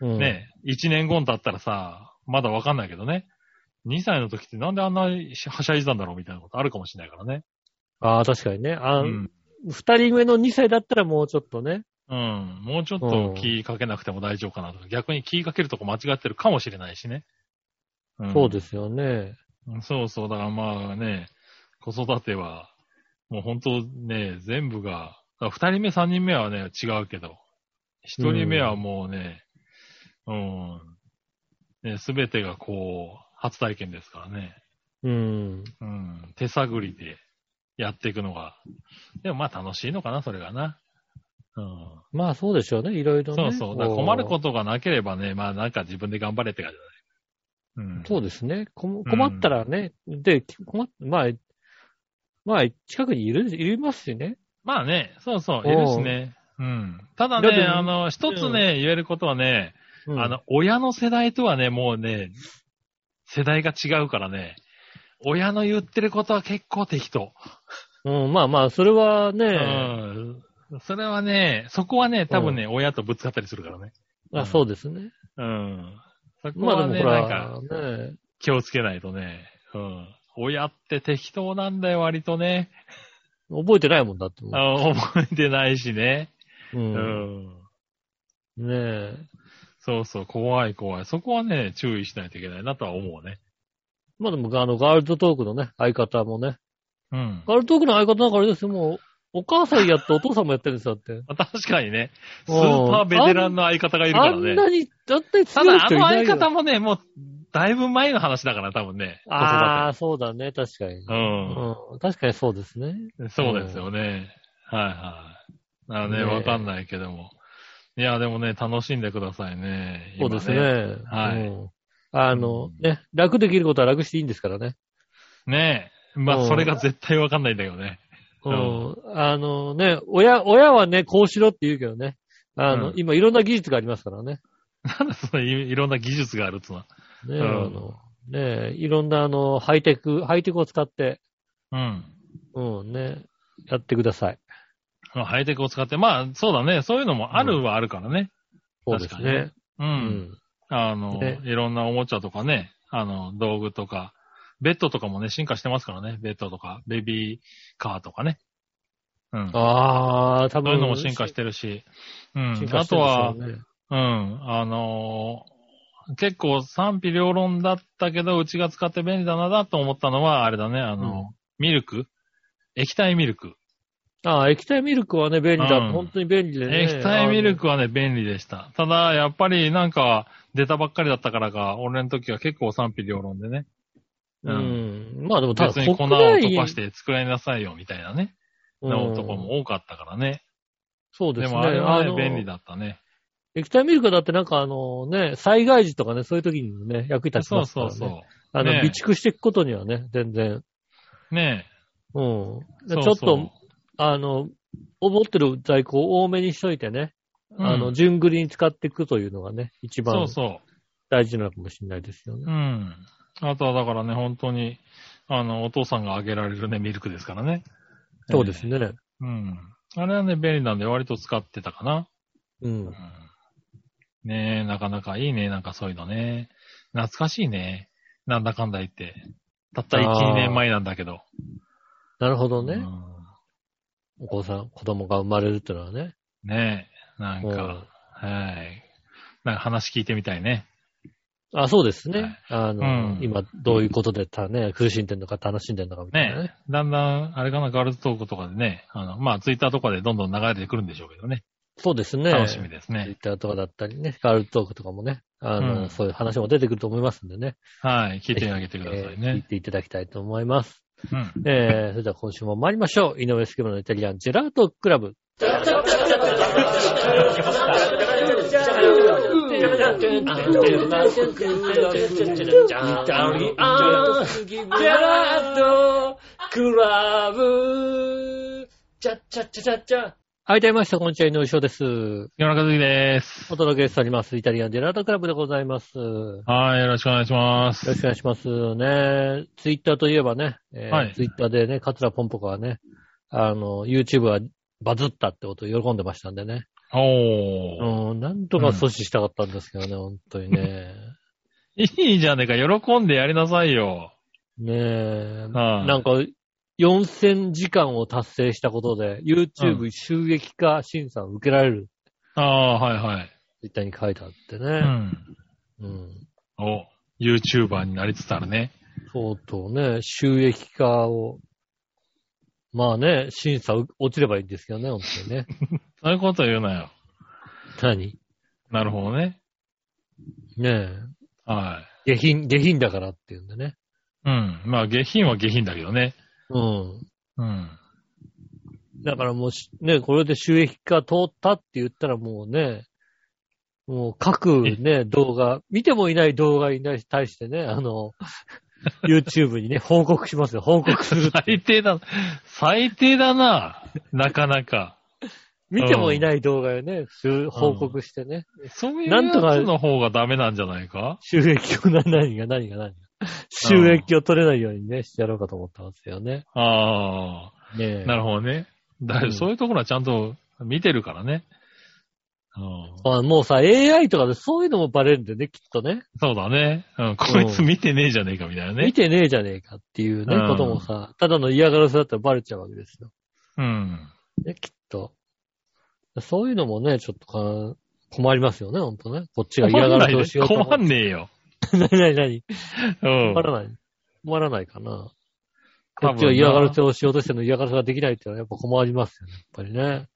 B: うん。
C: ね、1年後に経ったらさ、まだわかんないけどね。2歳の時ってなんであんなにはしゃいでたんだろうみたいなことあるかもしれないからね。
B: ああ、確かにね。
C: う
B: あ
C: ん。
B: 二人目の二歳だったらもうちょっとね。
C: うん。もうちょっと気かけなくても大丈夫かなとか、逆に気かけるとこ間違ってるかもしれないしね。ん
B: そうですよね。
C: そうそう。だからまあね、子育ては、もう本当ね、全部が、だから二人目、三人目はね、違うけど、一人目はもうね、うん、ね、すべてがこう、初体験ですからね。
B: うん。
C: うん。手探りでやっていくのが、でもまあ楽しいのかな、それがな。うん。
B: まあそうでしょうね。いろいろ
C: そ
B: ね。
C: うそう。だから困ることがなければね、まあなんか自分で頑張れって感じだね。うん。
B: そうですね。こも困ったらね。で、困っ、まあ、まあ、近くにいる、いますしね。
C: まあね、そうそう、
B: おう
C: いるしね。うん。ただ
B: だって
C: ね、あの、一つね、言えることはね、
B: うん
C: あの、、親の世代とはね、もうね、世代が違うからね、親の言ってることは結構適当。
B: うん、まあまあ、それは
C: う
B: ね、
C: ん。それはね、そこはね、多分ね、親とぶつかったりするからね。
B: あそうですね。
C: うん。そこ
B: まあ
C: は
B: でも
C: ね、
B: ほ
C: なんか、
B: ら、ね、
C: 気をつけないとね。うん。親って適当なんだよ、割とね。
B: 覚えてないもんだってもう。
C: あ覚えてないしね。
B: う。
C: うんん。
B: ねえ。
C: そうそう、怖い怖い。そこはね、注意しないといけないなとは思うね。
B: まあでも、あの、ガールドトークのね、相方もね。
C: うん。
B: ガールドトークの相方なんかあれですよ、もう、お母さんやってお父さんもやってるんですよ、だって。
C: まあ確かにね、ス
B: うん
C: ーパーベテランの相方がいるか
B: あ
C: ら
B: ん
C: ね。
B: なに、だって
C: た
B: 強い
C: だ、あ
B: 人い
C: の
B: ない
C: 相
B: よ。
C: 方もね、もう、だいぶ前の話だから、多分ね。
B: ああ、そうだね、確かに
C: 子育て。。うん。
B: うん、確かにそうですね。
C: そうですよね。はいはい。なね、
B: ねえ
C: わかんないけども。いや、でもね、楽しんでくださいね。
B: そう
C: 今
B: ですね。。
C: はい
B: うんあの、ね、楽できることは楽していいんですからね。
C: ね
B: う
C: え。まあ、
B: ん
C: それが絶対わかんないんだけどね。
B: う
C: うんん。
B: あのね、親、親はね、こうしろって言うけどね。あの、
C: うん
B: 今いろんな技術がありますからね。
C: なんだ、そのいいろんな技術があるっつうのは。
B: ね、
C: うん
B: あの、ね、いろんなあの、ハイテク、ハイテクを使って、
C: うん。
B: うん、ね、やってください。
C: まあハイテクを使って、まあ、そうだね。そういうのもあるはあるからね。
B: そうです
C: 確かに
B: ね。
C: う。
B: うんん。
C: あの、
B: ね
C: いろんなおもちゃとかね、あの、道具とか、ベッドとかもね、進化してますからね。ベッドとか、ベビーカーとかね。うん。そ
B: ああ、多
C: う
B: 分。
C: いうのも進化してるし。うん
B: 進。化
C: あ
B: して
C: と
B: るでしょうね、
C: は、うん。あのー結構賛否両論だったけど、うちが使って便利だなだと思ったのは、あれだね、あのー
B: うん
C: ミルク液体ミルク。
B: ああ、液体ミルクはね、便利だ。
C: うん
B: 本当に便利でね。
C: 液体ミルクはね、便利でした。ただ、やっぱりなんか、出たばっかりだったからか、俺の時は結構賛否両論でね。
B: あの。うん。まあでも、ただ
C: 別に粉を
B: 国内
C: 溶かして作りなさいよ、みたいなね。
B: うん
C: とこも多かったからね。
B: そう
C: で
B: ですね。
C: もあれはね、
B: の
C: 便利だったね。
B: 液体ミルクはだってなんかあのね、災害時とかね、そういう時にもね、役に立ち
C: そ
B: ま
C: う
B: すか
C: そ
B: ら
C: う
B: ね。
C: そ
B: あの、
C: ね
B: 備蓄していくことにはね、全然。
C: う。ね
B: うん。で
C: え。そう
B: ちょっ
C: そう
B: と、あの、思ってる在庫を多めにしといてね、
C: うん
B: あの、順繰りに使っていくというのがね、一
C: そ
B: 番
C: うそう。
B: 大事なのかもしれないですよね。
C: うん。あとはだからね、本当に、あの、お父さんがあげられるね、ミルクですからね。
B: そうですね。
C: えー。うん。あれはね、便利なんで割と使ってたかな。
B: うん
C: うん。ねえ、なかなかいいね、なんかそういうのね。懐かしいね。なんだかんだ言って。たった1、
B: あー
C: 2年前なんだけど。
B: なるほどね。
C: うん
B: お子さん、子供が生まれるってのはね。
C: ねえ、なん
B: うん
C: か、はい。なんか話聞いてみたいね。
B: あ、そうです
C: は
B: ね
C: い。
B: あの、
C: うん
B: 今、どういうことでたね、苦しんでんのか楽しんでんのかみたいなね
C: ね。え、だんだん、あれかな、ガールズトークとかでね、あの、まあ、ツイッターとかでどんどん流れてくるんでしょうけどね。
B: そうですね。
C: 楽しみです
B: ツイ
C: ね。
B: ッターとかだったりね、ガールズトークとかもね、あの、
C: うん
B: そういう話も出てくると思いますんでね。
C: はい、聞いてあげてください
B: えー聞い
C: ね。
B: ていただきたいと思います。
C: うん。
B: えー、それでは今週も参りましょう。井上杉村のイタリアンジェラートクラブ。はい、どうもみなさんこんにちは、井上翔です。
C: 夜中好きです。
B: お届けしております。イタリアンジェラートクラブでございます。よ
C: はい、よろしくお願いしま
B: ろしく
C: す。
B: お願いしますね。ツイッターといえばね、えー
C: はい
B: ツイッターでね、カツラポンポコはね、あの、YouTube はバズったってことを喜んでましたんでね。
C: おー。
B: うん、なんとか阻止したかったんですけどね、本当にね。
C: いいじゃねえか、喜んでやりなさいよ。
B: ねえ、
C: はい
B: なんか、4000時間を達成したことで、YouTube 収益化審査を受けられる、
C: ああ、はいはい。
B: ツイッターに書いてあって
C: う
B: ね。
C: ん。
B: うん
C: お、YouTuber になりつつあるね。
B: そうとうね、収益化を、まあね、審査う落ちればいいんですけどね、本当に ね。
C: そういうこと言うなよ。
B: 何
C: なるほどね。
B: ね
C: は
B: え、下品、下品だからっていうんでね。
C: い。うん。まあ、下品は下品だけどね。
B: うん。
C: うん。
B: だからもうし、ね、これで収益化通ったって言ったらもうね、もう各ね、動画、見てもいない動画に対してね、あ の、YouTube にね、報告しますよ、報告する。
C: 最低だ、最低だな。なかなか。
B: 見てもいない動画をね、する報告してね、
C: そういう
B: なんとか
C: やつの方がダメなんじゃないか
B: 収益をな、何が何が何が。収益を取れないようにね、してやろうかと思ったんですよね。
C: ああ、
B: ねえ
C: なるほどね。だ
B: うん
C: そういうところはちゃんと見てるからね。うん
B: あもうさ、AI とかでそういうのもバレるんだよね、きっとね。
C: そうだね。うん、こいつ見てねえじゃねえかみたいな
B: 見
C: ね。
B: てねえじゃねえかっていうね、
C: うん
B: こともさ、ただの嫌がらせだったらバレちゃうわけですよ。
C: うん。
B: ね、きっと。そういうのもね、ちょっとか困りますよね、ほんとね。こっちが嫌がらせをしようと思
C: 困
B: って。
C: んねえよ。
B: なにな になに
C: うん
B: 困。らない。困らないかな。こ
C: 多分な
B: っちが嫌がらせをしようとしてるのに嫌がらせができないっていうのはやっぱ困りますよね、やっぱりね。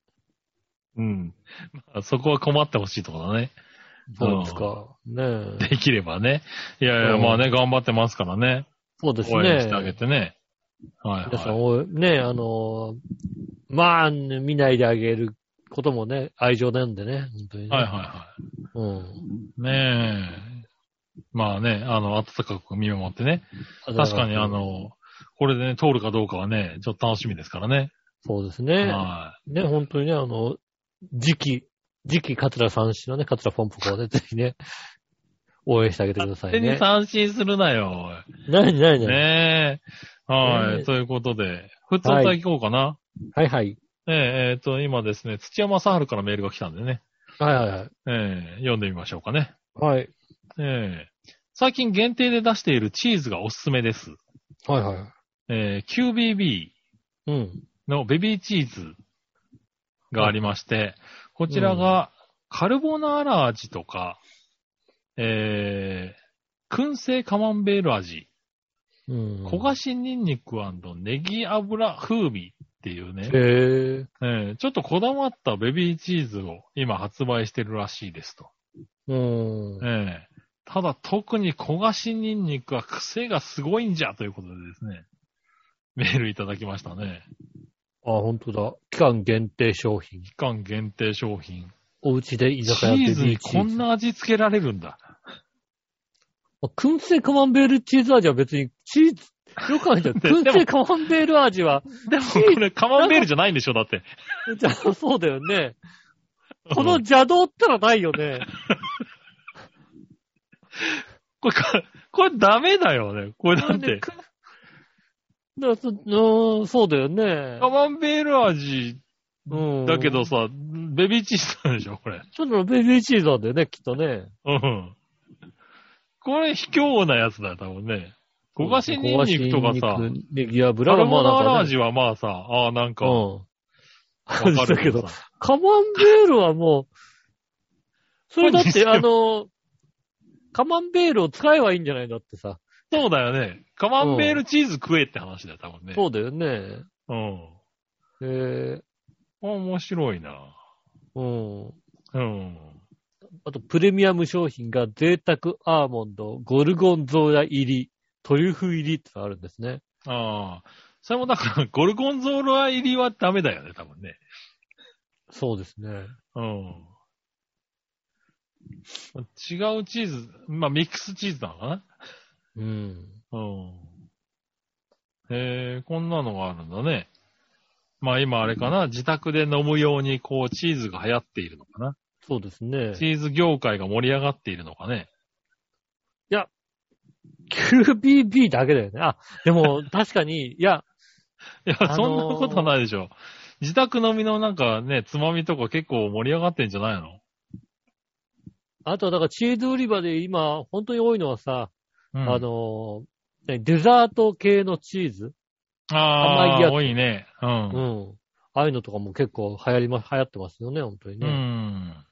C: うん。まあそこは困ってほしいところだね。
B: そうですか。ねえ。
C: できればね。いやいや、
B: うん
C: まあね、頑張ってますからね。
B: そうです
C: 応援してあ
B: ね
C: げ。てね。はい、
B: 皆さ
C: は
B: ん
C: い。
B: を、ね、あの、まあ、ね見ないであげることもね、愛情なんでね、本当にね。
C: はいはいは
B: うん。
C: い。ねえ。まあね、あの、暖かく見守ってね。確かにあ、の、これでね、通るかどうかはね、ちょっと楽しみですからね。
B: そうですね。
C: は
B: ね、本当にね、あの、次期、次期桂三氏のね、桂ポンポコを ね、ぜひね、応援してあげてくだ
C: い。
B: さ
C: 勝手
B: い
C: に
B: ね。
C: 三振するなよ。
B: なになになに、
C: ねえ。は
B: ねえ
C: い。ということで、普通体行こうかな。
B: はいはい。
C: えええっと、今ですね、土屋正春からメールが来たんでね。
B: はいはいはい。
C: ええ読んでみましょうかね。
B: はい。
C: ええ最近限定で出しているチーズがおすすめです。
B: はいはい。
C: ええ QBB
B: うん。
C: のベビーチーズがありまして、こちらがカルボナーラ味とか、ええ燻製カマンベール味、
B: うん。
C: 焦がしニンニクネギ油風味っていうね、
B: へえ。
C: ええちょっとこだわったベビーチーズを今発売してるらしいですと。
B: うん。
C: ええただ特に焦がしニンニクは癖がすごいんじゃということでですね、メールいただきましたね。
B: あ、本当だ。期間限定商品。
C: 期間限定商品。
B: お家で居
C: チ
B: 酒屋ベビ
C: ー
B: ー
C: ズにこんな味付けられるん
B: あ
C: だ。
B: 燻製カマンベールチーズ味は別に、チー ズ、よくあるじゃん。
C: でも
B: 燻製カマンベール味は、
C: でもこれカマンベールじゃないんでしょだって。
B: じゃあそうだよね。この邪道ったらないよ ね。
C: これか、これダメだよね。これだ
B: ね
C: って。
B: くだからそのそうだよね
C: カ。マンベール味
B: うん。
C: だけど、さ、ベビーチーズなんでしょこれ。
B: ちょっとベビーチーズなんだよね、きっとね。
C: うん。これ卑怯なやつだよ、多分ね。焦がしニンニクとかさ、
B: 焦がしニンニクネギ油
C: カ
B: が
C: ル
B: ま
C: ボ
B: あ
C: ナーラ
B: なんか、ね。
C: 味はまあさ、ああ、なんか、わ
B: うん。
C: かる
B: だけど
C: さ、
B: カマンベールはもう、それだっ
C: これにして
B: て
C: も
B: あの、カマンベールを使えばいいんじゃないんだってさ。
C: そうだよね。カマンベールチーズ食えって話だよ、多分ね。
B: そうだよね。
C: うん。
B: え
C: 面白いな。
B: ー、うん。
C: うん。
B: あと、プレミアム商品が、贅沢アーモンド、ゴルゴンゾーラ入り、トリュフ入りってのあるんですね。
C: ああ。それもだから、ゴルゴンゾーラ入りはダメだよね、多分ね。
B: そうですね。
C: うん。違うチーズ、まあ、ミックスチーズなのかな
B: うん。
C: うん。へえ、こんなのがあるんだね。まあ今あれかな、自宅で飲むようにこうチーズが流行っているのかな。
B: そうですね。
C: チーズ業界が盛り上がっているのかね。
B: QBB だけだよね。あ、でも、 確かに、いや、
C: いや、
B: あのー
C: そんなことはないでしょ。自宅飲みのなんかね、つまみとか結構盛り上がってんじゃないの
B: あとはだからチーズ売り場で今、本当に多いのはさ、
C: うん、
B: あの、ねデザート系のチーズ
C: あ
B: 甘いや
C: あ、
B: つ
C: 多いね。う。
B: うんん。ああいうのとかも結構流行りま、流行ってますよね、本当に
C: う
B: ね。
C: ん。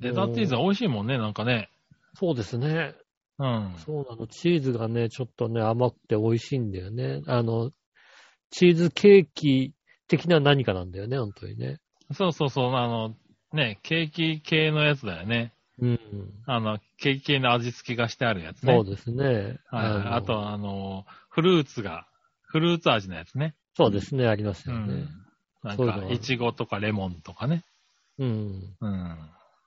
C: デザートチーズは美味しいもんね、なんかね。
B: そうですね。
C: うん。
B: そうなの。チーズがね、ちょっとね、甘くて美味しいんだよね。あの、チーズケーキ的な何かなんだよね、本当にね。
C: そうそうそう、あの、ね、ケーキ系のやつだよね。
B: うん。
C: あの、ケーキ系の味付けがしてあるやつね。
B: そうですね。
C: はいはい
B: の
C: あ。と、あの、フルーツが、フルーツ味のやつね。
B: そうですね、あります
C: う
B: よね
C: ん。。なん
B: そういうのあ
C: か、
B: る
C: いちごとかレモンとかね。
B: うん。
C: うん。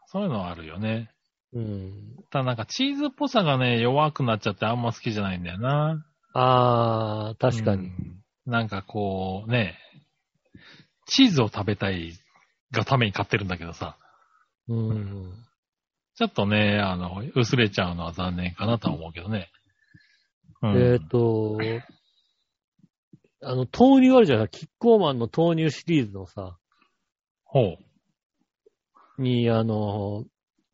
C: そういうのはあるよね。
B: うん。
C: ただなんかチーズっぽさがね、弱くなっちゃってあんま好きじゃないんだよな。
B: ああ、確かに。
C: うんなんかこう、ね、チーズを食べたいがために買ってるんだけどさ。
B: うん。
C: ちょっとね、あの、薄れちゃうのは残念かなとは思うけどね。うん
B: えっ、と、あの、豆乳あるじゃないキッコーマンの豆乳シリーズのさ、
C: ほう。
B: に、あの、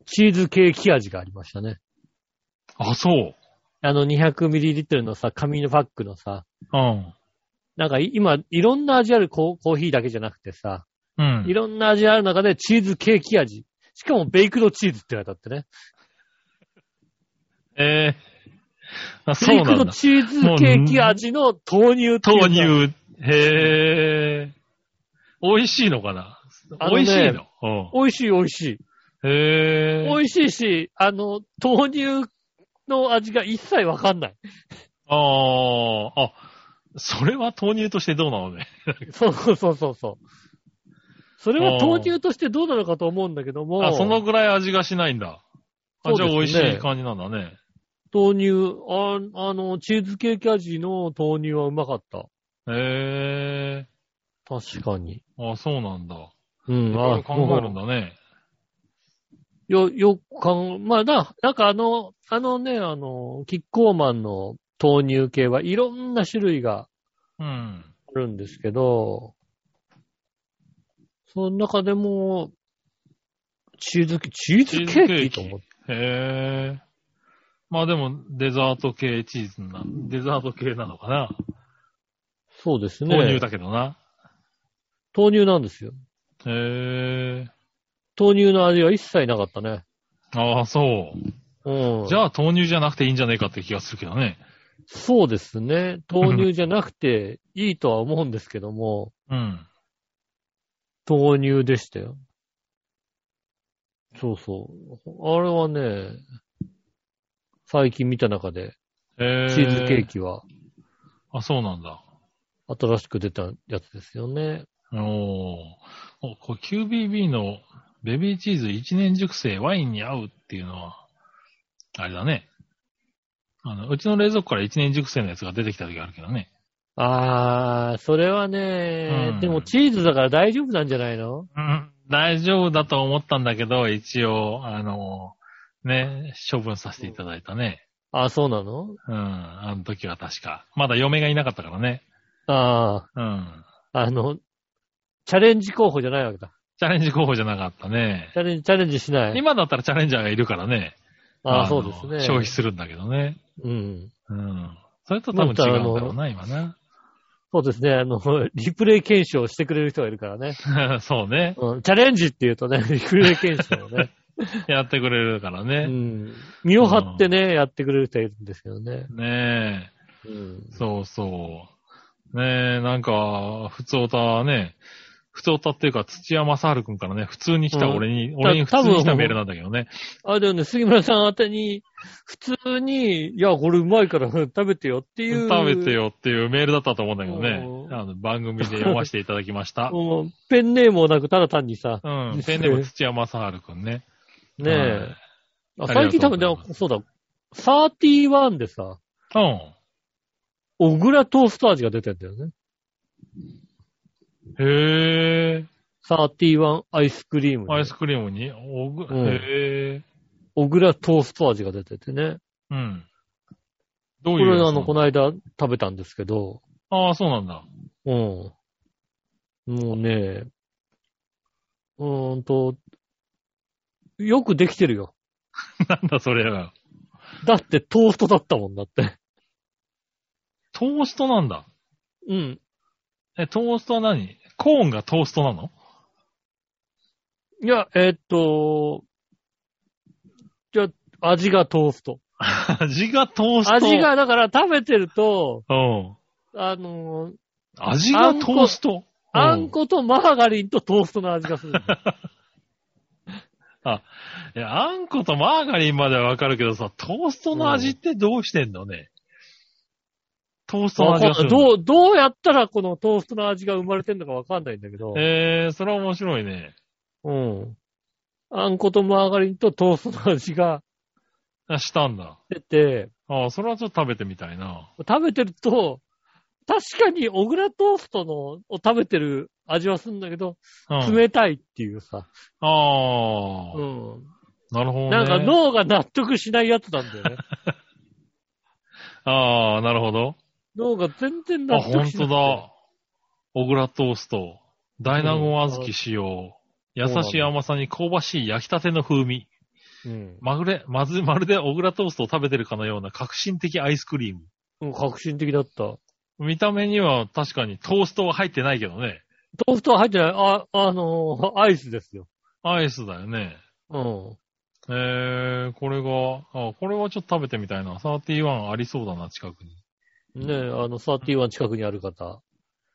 B: チーズケーキ味がありましたね。
C: あ、そう。
B: あの 200ml のさ、紙のパックのさ、
C: うん。
B: なんかい今、いろんな味あるコーコーヒーだけじゃなくてさ、
C: うん。
B: いろんな味ある中でチーズケーキ味。しかもベイクドチーズって言われたってね。
C: えー、あ、そ
B: ベ
C: う
B: イク
C: な
B: ド
C: んだ。
B: チーズケーキ味の豆乳っていう
C: 豆
B: さ
C: 乳。へえ。美味しいのかな
B: あの
C: 美
B: ね
C: 味しいの。うん
B: 美味しい美味しい。
C: へえ。
B: 美味しいし、あの、豆乳の味が一切わかんない。
C: ああ、あ、それは豆乳としてどうなのね。
B: そうそうそうそうそう。それは豆乳としてどうなのかと思うんだけども、
C: あ、そのぐらい味がしないんだ。あ、
B: そう
C: じ
B: です
C: ゃあ
B: ね
C: 美味しい感じなんだね。
B: 豆乳、ああの、チーズケーキ味の豆乳はうまかった。
C: へえ。
B: 確かに。
C: あ、そうなんだ。
B: うん、
C: あ考えるんだね。
B: よ、よく考え、まあ、だ、なんかあの、あのね、あの、キッコーマンの豆乳系はいろんな種類が
C: うん。
B: あるんですけど、その中でも、チーズケーキ、チーズケーキ
C: チーズケーキ
B: と思って。
C: へえ。まあでも、デザート系チーズな、デザート系なのかな。
B: そうですね。
C: 豆乳だけどな。
B: 豆乳なんですよ。
C: へえ。
B: 豆乳の味は一切なかったね。
C: ああ、そう。
B: うん。
C: じゃあ豆乳じゃなくていいんじゃねえかって気がするけどね。
B: そうですね。豆乳じゃなくていいとは思うんですけども、
C: うん。
B: 豆乳でしたよ。そうそう。あれはね、最近見た中で、
C: へえ。
B: チーズケー。キは
C: あ、そうなんだ。
B: 新しく出たやつですよね。
C: おーお。これ QBB のベビーチーズ一年熟成ワインに合うっていうのは、あれだね。あの、うちの冷蔵庫から一年熟成のやつが出てきた時あるけどね。
B: あー、それはね、
C: うん
B: でもチーズだから大丈夫なんじゃないの
C: うん、大丈夫だと思ったんだけど、一応、あの、ね、処分させていただいたね。
B: あそうなの
C: うん、あの時は確か。まだ嫁がいなかったからね。
B: あ
C: うん。
B: ー、あの、チャレンジ候補じゃないわけだ。
C: チャレンジ候補じゃなかったね。
B: チャレンジ、チャレンジしない。
C: 今だったらチャレンジャーがいるからね。
B: ああ、
C: の
B: そうですね。
C: 消費するんだけどね。
B: うん。
C: うん。それと多分違うんだろうな、今な。
B: そうですね。あの、リプレイ検証してくれる人がいるからね。
C: そうね。
B: うん、チャレンジって言うとね、リプレイ検証をね。
C: やってくれるから
B: う
C: ね。
B: ん。身を張ってね、やってくれる人がいるんですけどね。
C: ね
B: うん
C: え。。そうそう。ねえ、なんか、普通歌はね、普通歌っていうか土屋正春くんからね、普通に来た
B: うん
C: 俺に、俺に普通に来たメールなんだけどね。
B: あ、でもね、杉村さん宛てに、普通に、いや、これうまいから 食べてよっていう。
C: 食べて。よっていうメールだったと思うんだけどね
B: う。ん
C: あの番組で読ませていただきま した。
B: うん。ペンネームもなく、ただ単にさ、
C: うん。ペンネーム土屋正春くんね。
B: ねえ。あ
C: あ
B: 最近多分、
C: あり
B: で
C: がとう
B: もそうだ、31でさ、
C: うん。
B: 小倉トースト味が出てんだよね。
C: へえ。
B: 31アイスクリーム。
C: アイスクリームに、おぐ、
B: うん
C: へえ。
B: 小倉トースト味が出ててね。
C: うん。ど
B: こ
C: ういう
B: れ
C: やつ
B: あの、この間食べたんですけど、
C: ああ、そうなんだ。
B: うん。もうね、うーんと、よくできてるよ。
C: なんだそれは。
B: だってトーストだったもんだって。
C: トーストなんだ。
B: うん。
C: え、トーストは何コーンがトーストなの
B: いや、えーっと、じゃあ、味がトースト。
C: 味がトースト。
B: 味。が、だから食べてると、
C: うん。
B: あのー
C: 味がトースト。
B: あ
C: うん
B: ことマーガリンとトーストの味が するんだよ。
C: いや、あんことマーガリンまではわかるけどさ、トーストの味ってどうしてんのね。トーストの味がするの。
B: どう、どうやったらこのトーストの味が生まれてるのかわかんないんだけど。
C: えー、それは面白いね。
B: うん。あんことマーガリンとトーストの味が
C: あしたんだ。
B: 出て、
C: ああ、それはちょっと食べてみたいな。
B: 食べてると、確かに小倉トーストのを食べてる味はするんだけど、
C: うん。
B: 冷たいっていうさ。
C: ああ、
B: うん。
C: なるほどね。
B: なんか脳が納得しないやつなんだよね。
C: ああ、なるほど。
B: 脳が全然
C: あ、
B: 納
C: ほ
B: 得
C: ん
B: しな
C: と
B: い。
C: だ。小倉トースト。大納言小豆使用。優しい甘さに香ばしい焼きたての風味。
B: うん。
C: まぐれ、まず、まるで小倉トーストを食べてるかのような革新的アイスクリーム。
B: うん、革新的だった。
C: 見た目には確かにトーストは入ってないけどね。
B: トーストは入ってない。あ、あのーアイスですよ。
C: アイスだよね。
B: うん。
C: えー、これが、あ、これはちょっと食べてみたいな。31ありそうだな、近くに。
B: ねえ、あの、31近くにある方。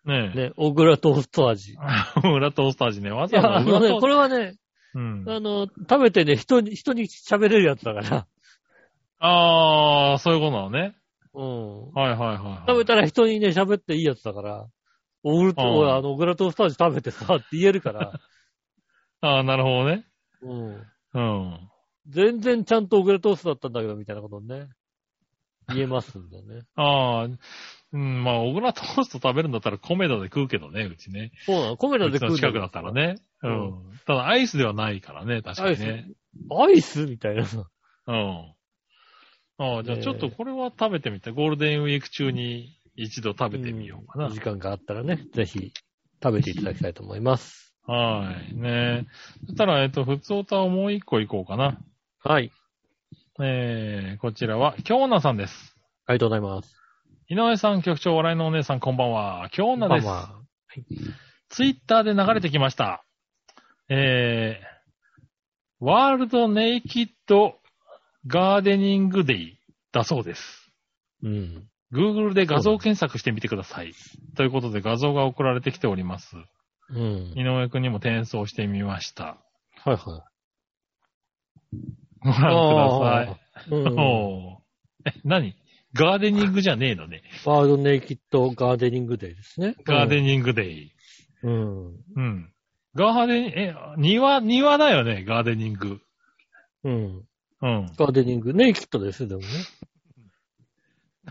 C: ねえ。
B: ね、小倉トースト味。い
C: 裏トースタージね。わざ
B: や、
C: わ
B: あ
C: ざ
B: の
C: 裏トー
B: ね、
C: ス
B: これはね、
C: うん。
B: あの、食べてね、人に、人に喋れるやつだから。
C: あー、そういうことなのね。
B: うん。
C: はいはいはいはい。
B: 食べたら人にね、喋っていいやつだから。オグルト、
C: あー
B: おいあの、オグラトースト味食べてさ、って言えるから。
C: あー、なるほどね。
B: うん。
C: うん。
B: 全然ちゃんとオグラトーストだったんだけど、みたいなことね。言えますんでね。
C: あー、うん、まあ、小倉トースト食べるんだったら米田で食うけどね、うちね。
B: そうなの。コメダ
C: う
B: で
C: ち
B: 食
C: の
B: う
C: 近くだったら。ね。う。
B: うん
C: ただ、アイスではないからね、確かにね。
B: アイスみたいな。
C: うん。ああ、じゃ
B: ね
C: あ
B: え
C: ちょっとこれは食べてみたい。ゴールデンウィーク中に一度食べてみようかな。
B: 時間があったらね、ぜひ食べていただきたいと思います。
C: はい。ねえ。そしたら、えっと、普通歌をもう一個いこうかな。
B: はい。
C: えー、こちらは、京奈さんです。
B: ありがとうございます。
C: 井上さん、局長、笑いのお姉さん、こんばんは。京奈です。
B: まあま
C: ツイッターで流れてきました。えー、ワールドネイキッドガーデニングデイだそうです。
B: あうん。
C: Google で画像検索してみてください。ということで画像が送られてきております。
B: うん。
C: 井上くんにも転送してみました。
B: はいは
C: ご覧
B: い。
C: ください。
B: い。うん。
C: おーえ、何ガーデニングじゃねえのね。
B: ワールドネイキッドガーデニングデーですね。
C: ガーデニングデイ。
B: うん。
C: うん。ガーデニング、え、庭、庭だよね、ガーデニング。
B: うん。
C: うん。
B: ガーデニング、ネイキッドですね、でもね。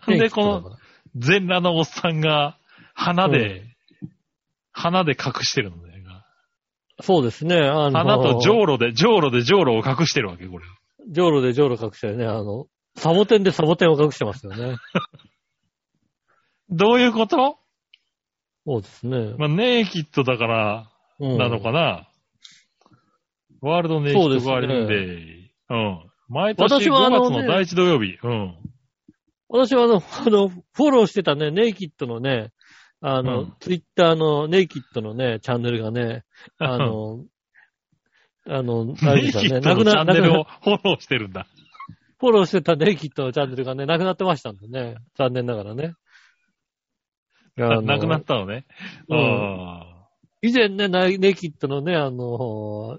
C: なんでこ
B: ネイキッドだ
C: の
B: から
C: 全裸のおっさんが花で、
B: う
C: 花で隠してるのね。
B: そうですね、あの、
C: 花とじょうろで、じょうろでじょうろを隠してるわけ、これ。
B: じょうろでじょうろ隠してるね、あの、サボテンでサボテンを隠してますよ ね。
C: どういうこと
B: そうですね。
C: まあ、ネイキッドだから、
B: うん
C: なのかな、ワールドネイキッドガーデンデイ。うん。毎年5
B: 私はあの
C: 月
B: ね
C: の第一土曜日。うん。
B: 私はあの、 あの、フォローしてたね、ネイキッドのね、あの、
C: うん
B: ツイッターのネイキッドのね、チャンネルが ね、あの、あの、あれ
C: ネ
B: で
C: イ
B: す
C: キ
B: よ
C: ッ
B: ね、
C: ド
B: なく
C: のチ
B: な、
C: ャン
B: な
C: ネ
B: く
C: ル
B: な
C: を、フォローしてるんだ。
B: フォローしてたネイキッドのチャンネルがね、なくなってましたんでね、残念ながらね。あの
C: なくなったのね。
B: うん
C: あ
B: 以前ね、ナイネイキッドのね、あの、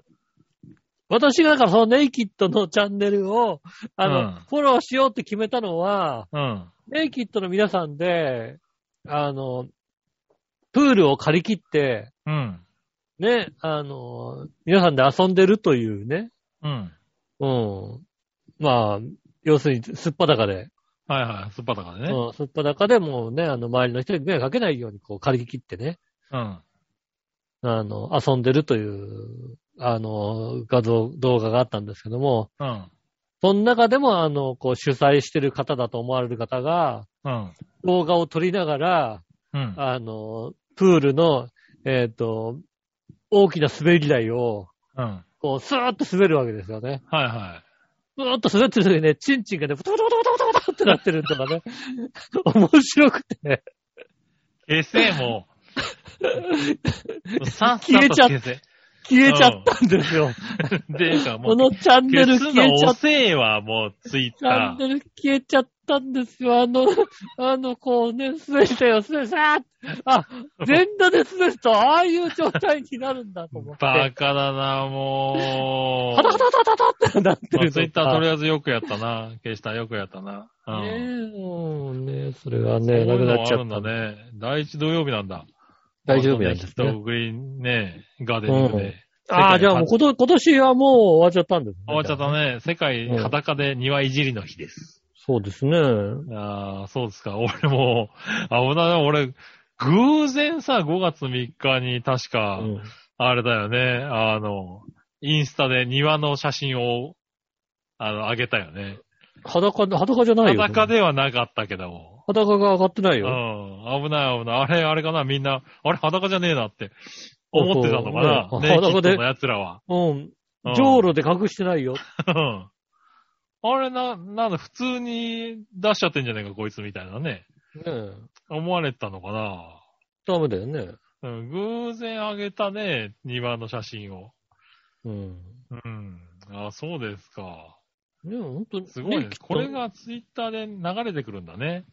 B: 私がだからそのネイキッドのチャンネルを、あの、
C: うん
B: フォローしようって決めたのは、
C: あ。うん。
B: ネイキッドの皆さんで、あの、プールを借り切って、
C: うん。
B: ね、あの、皆さんで遊んでるというね、
C: うん。
B: うん。まあ、要するに、すっぱだかで、
C: はいはい。すっぱだからね。
B: うん、すっぱだかでもうね、あの、周りの人に迷惑かけないように、こう、借り切ってね、
C: うん。
B: あの、遊んでるという、あの、画像、動画があったんですけども、
C: うん。
B: その中でも、あの、こう、主催してる方だと思われる方が、
C: うん。
B: 動画を撮りながら、
C: うん。
B: あの、プールの、えっ、と、大きな滑り台を、
C: うん。はい
B: こう、スーッと滑るわけですよね。
C: は
B: ずーっと滑ってる時にね、チンチンがね、ブトブトブトブトブトブトってなってるとか ね、面白くてね、
C: い。エセ も、さっさと
B: 消えちゃっ
C: 消せ。
B: 消えちゃったんですよ。
C: でか、も
B: こ
C: う、
B: のチャンネル
C: 消す
B: 消
C: の
B: えちゃっ
C: 遅えわ、もう、ツイッ
B: チャン
C: ター。
B: ネル消えちゃったんですよ。あ の、あの、こうね、滑りたよ、滑りたよ。あ、全裸で滑ると、ああいう状態になるんだと思って。
C: バカだな、も
B: タタタ
C: う。
B: タタタってなって
C: まあ
B: る
C: ツイッターとり
B: あ
C: あえずよくやったな。消した、よくやったな。う
B: えず。ね
C: ん。
B: え、もうね、それが
C: そう
B: ね、
C: い
B: な
C: う
B: く
C: の
B: なっ
C: もあ
B: ちゃ
C: る
B: っ
C: ん
B: た
C: だ
B: んで。
C: ね。第一土曜日なんだ。
B: 大丈夫なんで
C: きっ
B: すね。
C: と、グリーンね、ガーデニング
B: うん
C: で。
B: ああ、じゃあもうこと今年はもう終わっちゃったんですね。
C: 終わっちゃったね。世界
B: うん
C: 裸で庭いじりの日です。
B: そうですね。
C: ああ、そうですか。 俺もう、あ、危ないな、俺、偶然さ、5月3日に確か、
B: うん
C: あれだよね、あの、インスタで庭の写真を、あの、あげたよね。
B: 裸、裸じゃないよ。
C: 裸。ではなかったけども。
B: 裸が上がってないうよ。
C: ん。危ない危ない。あれ、あれかな、みんな。あれ、裸じゃねえなって。思ってたのか
B: そう
C: な。
B: ね
C: ね、
B: 裸
C: キ
B: で
C: ッドの奴らは。
B: うん。
C: うん
B: 上路で隠してないよ。
C: うんあれな、なんだ、普通に出しちゃってんじゃねえか、こいつみたいなね。
B: ねえ。
C: 思われてたのかな。
B: ダメだよね。
C: うん偶然あげたね、2番の写真を。
B: うん。
C: うん。あ、そうですか。
B: ね本当に。
C: すごいね。
B: きっと
C: これがツイッターで流れてくるんだね。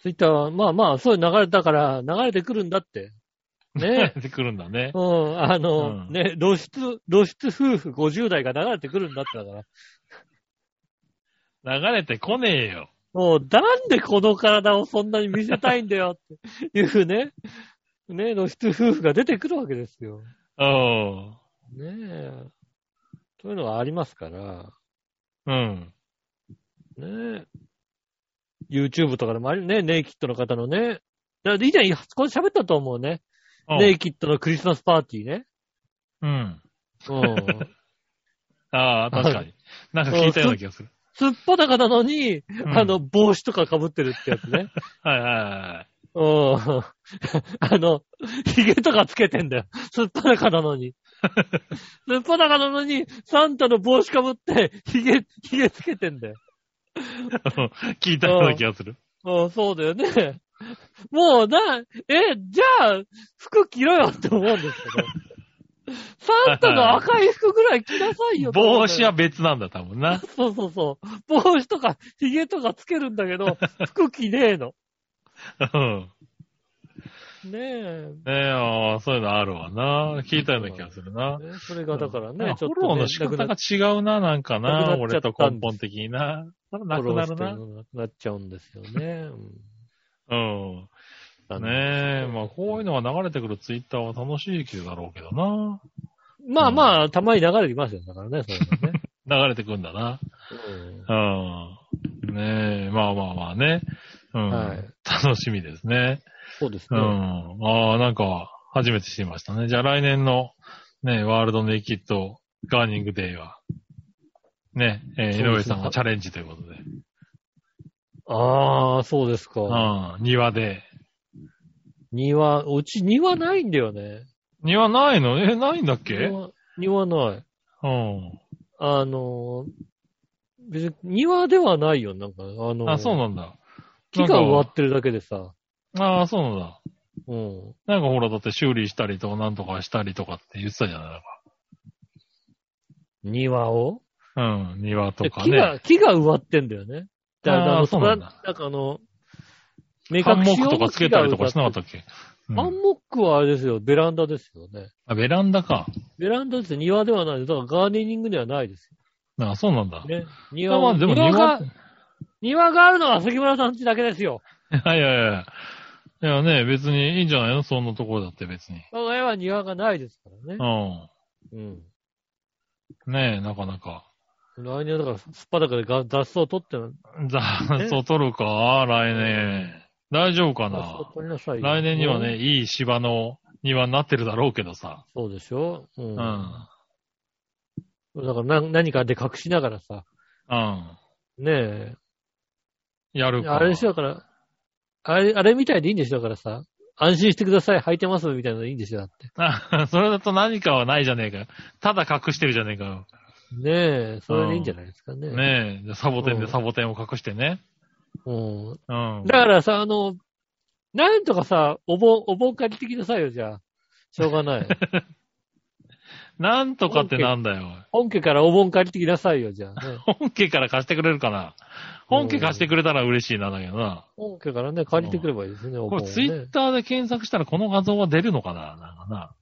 B: ツイッターは、まあまあ、そういう流れだから、流れてくるんだって。 ね
C: 出てくるんだね
B: う。ん、あの、
C: うん
B: ね、露出、露出夫婦50代が流れてくるんだってだから。
C: 流れてこねえよ。
B: もう、なんでこの体をそんなに見せたいんだよっていうね、ね、露出夫婦が出てくるわけですよ。
C: うん。
B: ねえ。というのがありますから、
C: うん。
B: ねえ。YouTube とかでもあるね、ネイキッドの方のね。だって以前、これ喋ったと思うね。
C: あ
B: ネイキッドのクリスマスパーティーね。
C: うん。
B: うん。
C: ああ、確かに。なんか聞いたような気がする。
B: すっぱだかなのに、
C: ん
B: あの、帽子とか被ってるってやつね。
C: はいはいはい。
B: うん。あの、髭とかつけてんだよ。すっぱだかなのに。すっぱだかなのに、サンタの帽子被って、髭、髭つけてんだよ。
C: 聞いた ような気がする。
B: うん、そうだよね。もう、な、え、じゃあ、服着ろよって思うんです けど。サンタの赤い服ぐらい着なさいよ。
C: 帽子は別なんだ、多分 な。
B: そうそうそう。帽子とか、髭とかつけるんだけ ど、服着ねえの。
C: うん。
B: ねえ。
C: ねえ、ああ、そういうのあるわな。聞いたような気がするな。
B: ねそれがだからね、ち
C: フ
B: ょっと、
C: ォロー
B: ね、
C: の仕方
B: なくな
C: が
B: っ
C: 違うな、なんか
B: なくなっちゃ
C: な。
B: っ
C: 俺
B: た
C: と
B: んです
C: 根本的にな。それな
B: フ
C: くなるな
B: ォローしてる。のがなくなっちゃうんですよね。
C: うん。
B: うん
C: ねえ、まあこういうのが流れてくるツイッターは楽しいけどだろうけどな。
B: まあまあ、たまに流れてきますよ。だからね、そういうのね。
C: 流れてくんだな。うん。ねえ、まあまあまあね。うん。
B: はい
C: 楽しみですね。
B: そうです
C: う
B: ね。
C: ん。ああ、なんか、初めて知りましたね。じゃあ来年の、ね、ワールドネイキッドガーニングデイは、ね、えー井
B: そう
C: 上
B: ですね
C: さんがチャレンジということで、
B: ああ、そうです
C: う
B: か。
C: ん、庭で。
B: 庭、うち庭ないんだよね。
C: 庭ないのえ、ないんだっけ
B: 庭、庭ない。
C: うん。
B: あのー、別に庭ではないよ。なんか、あのー、
C: あ、そうなんだ。
B: 木が植わってるだけでさ。
C: ああ、そうなんだ。
B: うん。
C: なんかほら、だって修理したりとか、なんとかしたりとかって言ってたじゃない
B: 庭を
C: うん、庭とか
B: 木
C: ね。
B: が、木が植わってんだよね。だから
C: あー
B: あの
C: そうなんだ
B: なんかあの、目
C: ハンモックとかつけたりとかしなかったっけ、うん
B: ハンモックはあれですよ、ベランダですよね。
C: あ、ベランダか。
B: ベランダですよ、庭ではないです。だからガーデニングではないです
C: あ、そうなんだ
B: よ。ね。
C: ま
B: 庭
C: あまあ、でも庭、
B: が、庭があるのは関村さん家だけですよ。
C: はいはいはい。いやね、別にいいんじゃないのそんなところだって別に。
B: 我が家は庭がないですからね。
C: う
B: うん。
C: ん。ねえ、なかなか。
B: 来年だから、すっぱだかでが雑草取ってな、
C: 雑草取るか来年。大丈夫か
B: 雑
C: な
B: 草取りなさいよ
C: 来年にはね、。いい芝の庭になってるだろうけどさ。
B: そうでしょう。
C: うんん。うん。
B: だからな何かで隠しながらさ、ね
C: や
B: え、
C: るか。
B: あれでしょ、だから、あれ、あれみたいでいいんでしょ、だからさ、安心してください、履いてますみたいなのでいいんでしょ、だって。
C: あ それだと何かはないじゃねえかよ。ただ隠してるじゃねえかよ。
B: ねえ、それでいいんじゃないですかね。
C: ねえ、サボテン
B: う
C: で
B: ん
C: サボテンを隠してね。
B: うん。
C: うん。
B: だからさ、あの、なんとかさ、お盆、お盆借りてきなさいよ、じゃあ。しょうがない。
C: なんとかってなんだよ。
B: 本家からお盆借りてきなさいよ、じゃあ、ね。
C: 本家から貸してくれるかな本家貸してくれたら嬉しいな、だけどな。
B: 本家からね、借りてくればいいですね、お
C: こ
B: 盆、
C: れ
B: ね。
C: ツイッターで検索したらこの画像は出るのかななんかな。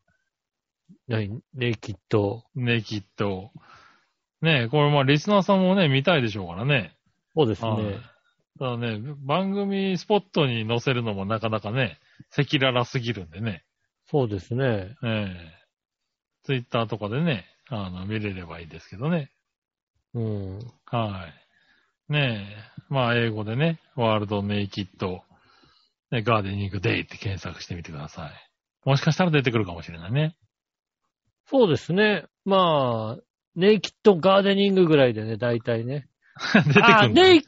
B: 何ね、きっと。
C: ねきっと。ねえ、これまあリスナーさんもね、見たいでしょうからね。
B: そうですね。
C: はいただね、番組スポットに載せるのもなかなかね、赤裸々すぎるんでね。
B: そうですね。
C: ええツイッターとかでね、あの、見れればいいですけどね。
B: うん。
C: はい。ねえ、まあ英語でね、ワールドネイキッド、ね、ガーデニングデイって検索してみてください。もしかしたら出てくるかもしれないね。
B: そうですね。まあ、ネイキッドガーデニングぐらいでね、大体ね。
C: 出てくるんだ
B: あ、ネイ、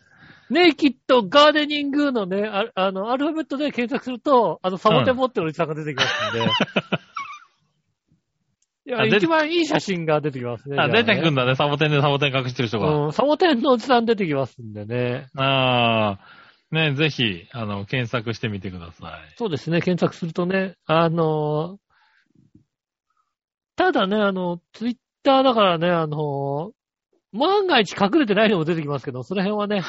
B: ネイキッドガーデニングのね、ああの、アルファベットで検索すると、あの、サボテン持ってるおじさんが出てきますんで。や
C: あ出て
B: 一番いい写真が出てきますね。
C: あ、出てくん
B: だ。
C: だね。サボテンでサボテン隠してる人が。
B: うん、サボテンのおじさん出てきますんでね。
C: ああ、ね、ぜひ、あの、検索してみてください。
B: そうですね、検索するとね、あのーただね、あの、ツイッターだからね、あのー万が一隠れてないのも出てきますけど、その辺はね、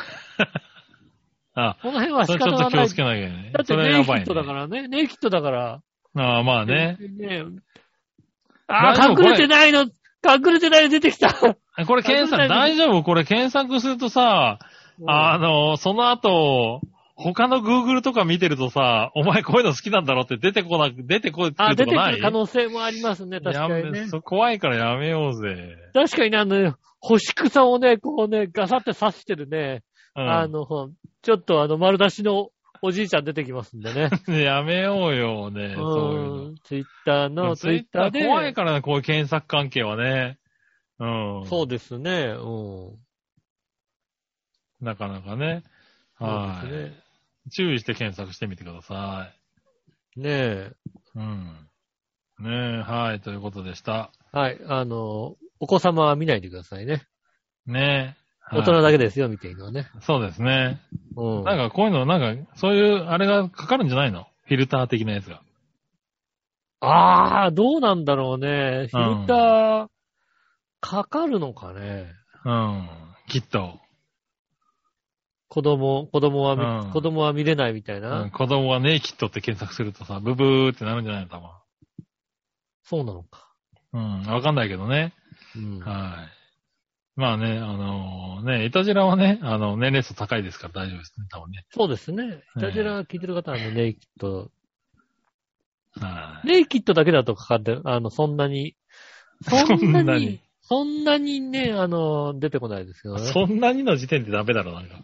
C: あ、
B: この辺は
C: そ
B: 仕
C: れち
B: 方
C: ょっ
B: が
C: と気
B: な
C: を
B: い。
C: つけなきゃいけない。
B: だって
C: それ
B: ネ
C: や
B: イキ
C: ばい、ね。
B: ッドだからね、ネイキッドだから。
C: ああ、まあね。
B: ねあ
C: 大丈
B: ー、
C: 夫こ
B: 隠
C: れ
B: れてないの、隠れてないの出てきた。
C: これ検索、大丈夫これ検索するとさ、あの、その後、他の Google とか見てるとさ、お前こういうの好きなんだろって出てこなく、出てこ
B: あ、
C: な
B: 出
C: く
B: てく
C: な
B: る
C: い
B: 可能性もありますね、確かに
C: や
B: ね
C: め。そ怖いからやめようぜ。
B: 確かにねあの、星草をね、こうね、ガサって刺してるね、
C: うん
B: あの、ちょっとあの、丸出しのおじいちゃん出てきますんでね。
C: やめようよね、そういうの
B: うん。ツイッターの、ツイッターで。
C: 怖いからね、こういう検索関係はね。うん。
B: そうですね、うん。
C: なかなかね。は
B: そう
C: い、
B: ですね。
C: 注意して検索してみてくださ
B: ねえ。
C: い。うん。ねえ、はい、ということでした。
B: はい、あの、お子様は見ないでくださいね。
C: ねえ。
B: 大
C: は
B: 人
C: い
B: だけですよ、見ていいのはね。
C: そうですね。
B: うん。
C: なんかこういうの、なんか、そういう、あれがかかるんじゃないのフィルター的なやつが。
B: ああ、どうなんだろうね。フ
C: うん
B: ィルター、かかるのかね。
C: うん。きっと。
B: 子供、子供は見、
C: うん
B: 子供は見れないみたいな。
C: うん、子供がね、きっとって検索するとさ、ブブーってなるんじゃないの多
B: そうなのか。
C: 分。うん。わかんないけどね。
B: うん。
C: はい。まあね、あのね、イタジラはね、あの、年齢層高いですから大丈夫ですね、多分ね。
B: そうですね。イタジラ聞いてる方はね、ネイキッド。
C: はい。
B: ネイキッドだけだとかかって、あの、そんなに、そんなに、そんなにね、あの、出てこないですけどね。そ
C: そんなにの時点でダメだろ、なんか。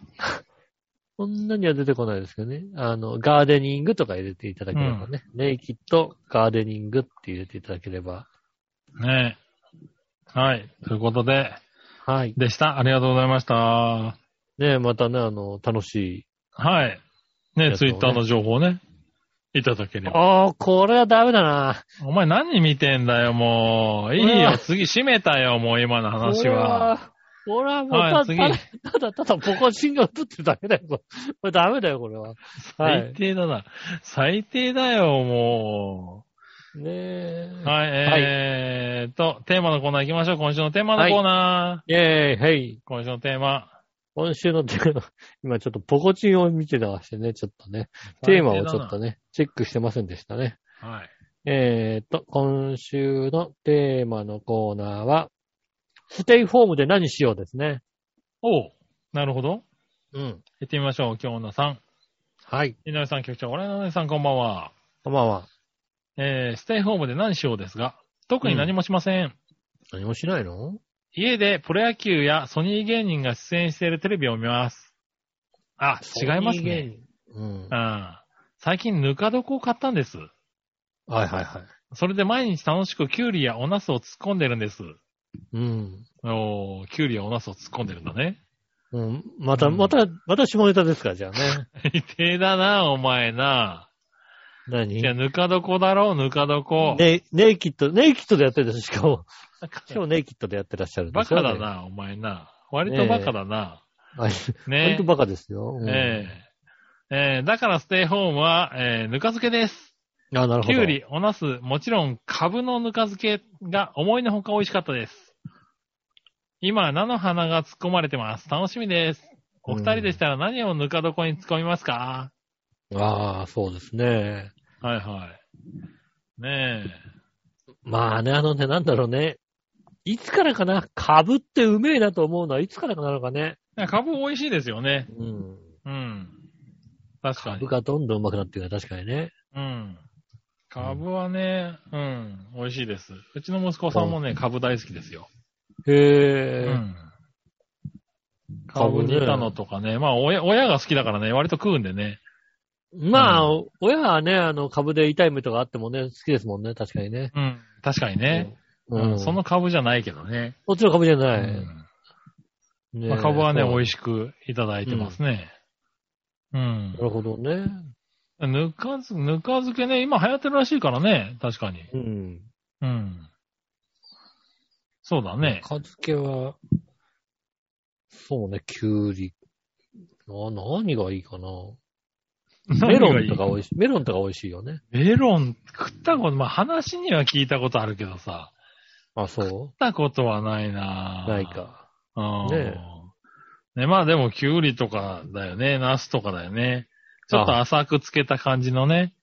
B: んなには出てこないですけどね。あの、ガーデニングとか入れていただければね。ネイキッド、ガーデニングって入れていただければ。
C: ねはい。ということで、
B: はい。
C: でした。ありがとうございました。は
B: ねまたね、あの、楽しい
C: い。ね、ツイッターの情報ね、いただければ。
B: おー、これはダメだな。
C: お前何見てんだよ、もう。いいうよ、
B: わ
C: 次閉めたよ、もう今の話
B: これ
C: は。。
B: これはもうた,、
C: はい次
B: ただ、ただ、ただ、ボコチンが映ってるだけだよ。これこれダメだよ、これは。は
C: 最
B: い。
C: 低だな。最低だよ、も
B: ねえ。
C: う。はい、えーっと、テーマのコーナー行きましょう。今週のテーマのコーナー。
B: イェーイ、はい。
C: 今週のテーマ。
B: 今週のテーマ、今ちょっとボコチンを見て流してね、ちょっとね。テーマをちょっとね、チェックしてませんでしたね。
C: はい。
B: えーっと、今週のテーマのコーナーは、ステイホームで何しようですね。
C: おうなるほど。
B: うん。
C: 行ってみましょう、今日のさん。
B: はい。
C: 井上さん、局長、俺のお姉さん、こんばんは。
B: こんばんは。
C: えー、ステイホームで何しようですが、特に何もしません。
B: 何もしないの
C: 家でプロ野球やソニー芸人が出演しているテレビを見ます。あ、違いますね。。
B: うん
C: う。ん。最近、ぬか床を買ったんです。
B: はいはいはい。
C: それで毎日楽しくキュウリやおナスを突っ込んでるんです。
B: うん。
C: おー、キュウリやおナスを突っ込んでるんだね。
B: うん、また、
C: うん
B: また、また下ネタですか、じゃあね。
C: 最低だな、お前な。
B: 何
C: いや、
B: ネ
C: ぬか床だろ、ぬか床。
B: イネイキッド、ネイキッドでやってるでしょ、しかも。しかもネイキッドでやってらっしゃるんで
C: バ
B: すよ
C: カ
B: ね
C: だ。な、お前な。割とバカだな。
B: はい。
C: ね
B: 本当バカですよ。うん
C: ええええだからステイホームは、ええぬか漬けです。
B: あ、なるほ
C: き
B: ど。
C: ゅうり、おなす、もちろん、カブのぬか漬けが思いのほか美味しかったです。今、菜の花が突っ込まれてます。楽しみです。お二人でしたら何をぬか床に突っ込みますか、
B: ああ、そうですね。
C: はいはい。ね
B: まあね、あのね、なんだろうね。いつからかな、株ってうめえなと思うのは、いつからかなのかね。
C: え。カブ美味しいですよね。
B: うん。
C: うん。確かに
B: 株。がどんどん上手くなっていくから確かにね。
C: うん。カブはね、うん、美味しいです。うちの息子さんもね、カブ大好きですよ。
B: へえ、
C: うん。カ
B: 株
C: ブ
B: ね
C: 煮たのとかね。まあ、親、親が好きだからね、割と食うんでね。
B: まあ、親はね、あの、株で痛い目とかあってもね、好きですもんね、確かにね。
C: うん。確かにね。うん。そのカブじゃないけどね。
B: こっちの株じゃな
C: う
B: い。
C: ん。
B: ね
C: まあ、カブはね、美
B: い
C: 味しくいただいてますね。うん
B: な。るほどね。
C: ぬか漬、ぬか漬けね、今流行ってるらしいからね。確かに。
B: うん。
C: うん。そうだね。
B: 片付けは、そうね、きゅうり。あ何がいいかな。メロンとか美味しい。メロンとか美味しいよね。
C: メロン食ったこと、まあ、話には聞いたことあるけどさ、
B: あ、そ
C: 食ったことはないな
B: うない。か。
C: うん。
B: ね
C: ねまあでも、きゅうりとかだよね。ナスとかだよね。ちょっと浅くつけた感じのね、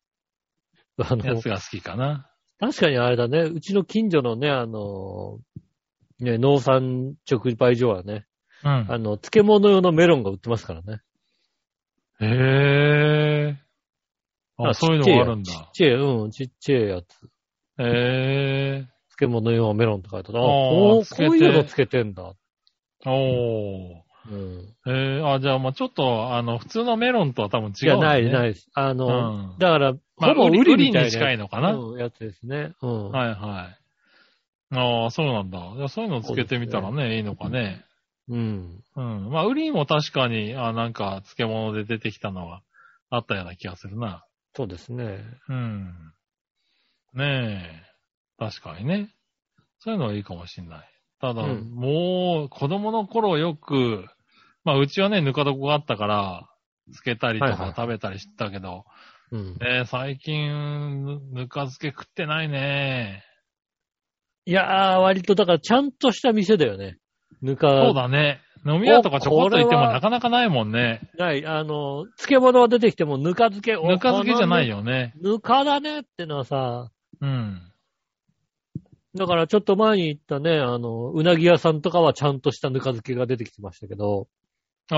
B: あ
C: や
B: の
C: つ、が好きかな。
B: 確かにあれだね、うちの近所のね、あの、ね、農産直売所はね、
C: うん。
B: あの、漬物用のメロンが売ってますからね。
C: へえ。あ、そういうのがあるん
B: ちっ
C: だ。
B: ちゃい、うん、ちっちゃいやつ。
C: へえ。
B: 漬物用メロンって書いてある。あ、
C: あー
B: こう
C: つ
B: こ
C: けて
B: ういうのつけてんだ。
C: お
B: うん。
C: ー。へえ。あ、じゃあ、まあちょっと、あの、普通のメロンとは多分違
B: いうや、
C: んだ
B: な
C: ね、
B: い、ない
C: い。
B: です。あの、
C: うん
B: だから、
C: ま
B: ほ
C: あ、
B: ぼ
C: ウ
B: ウ
C: リウ
B: リみ
C: リ
B: たいな
C: に近いのかな。
B: うんやつですね。うん。
C: はいはい。ああ、そうなんだ。じゃあそういうのつけてみたらね、いいのかね。
B: うん。
C: うん。まあ、ウリも確かに、あなんか、漬物で出てきたのは、あったような気がするな。
B: そうですね。
C: うん。ねえ。確かにね。そういうのはいいかもしんない。ただ、
B: うん
C: もう、子供の頃よく、まあ、うちはね、ぬか床があったから、漬けたりと
B: はいはい
C: か食べたりしてたけど、
B: うん。
C: ねえ最近、ぬぬか漬け食ってないね。
B: いやー、割とだから、ちゃんとした店だよね。ぬか、
C: そうだね。飲み屋とかちょこっと行
B: お
C: って
B: これ
C: も
B: は
C: なかなかないもんね。
B: ない、あの、漬物は出てきても、ぬか漬け、
C: ぬか漬けじゃない
B: よ。
C: よね。
B: ぬかだねってのはさ、
C: うん。
B: だからちょっと前に行ったね、あの、うなぎ屋さんとかはちゃんとしたぬか漬けが出てきてましたけど、
C: ああ、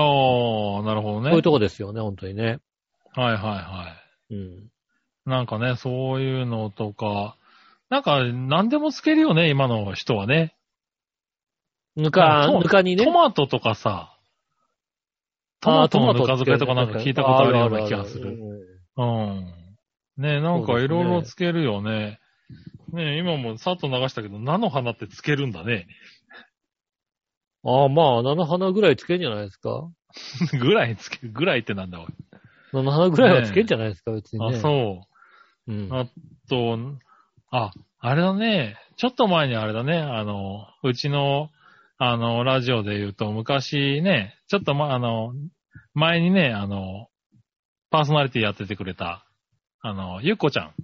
C: なるほどね。
B: こういうとこですよね、本当にね。
C: はいはいは
B: うん。
C: い。なんかね、そういうのとか、なんか何でもつけるよね、今の人はね。
B: ぬか、
C: そう
B: ぬかにね
C: ト。マトとかさ、トマトのぬか漬けとかなんか聞いたことあるような気がする。。うん。ねなんかいろいろつけるよね。ね今もさっと流したけど、菜の花ってつけるんだね。
B: ああ、まあ、菜の花ぐらいつけんじゃないですか。
C: ぐらいつける、ぐらいってなんだ、おい
B: 菜の花ぐらいはつけんじゃないですか、別にね。
C: あ、そう。
B: う。ん。
C: あと、あ、あれだね。ちょっと前にあれだね。あの、うちの、あの、ラジオで言うと、昔ね、ちょっとま、あの、前にね、あの、パーソナリティやっててくれた、あの、ゆっこちゃん。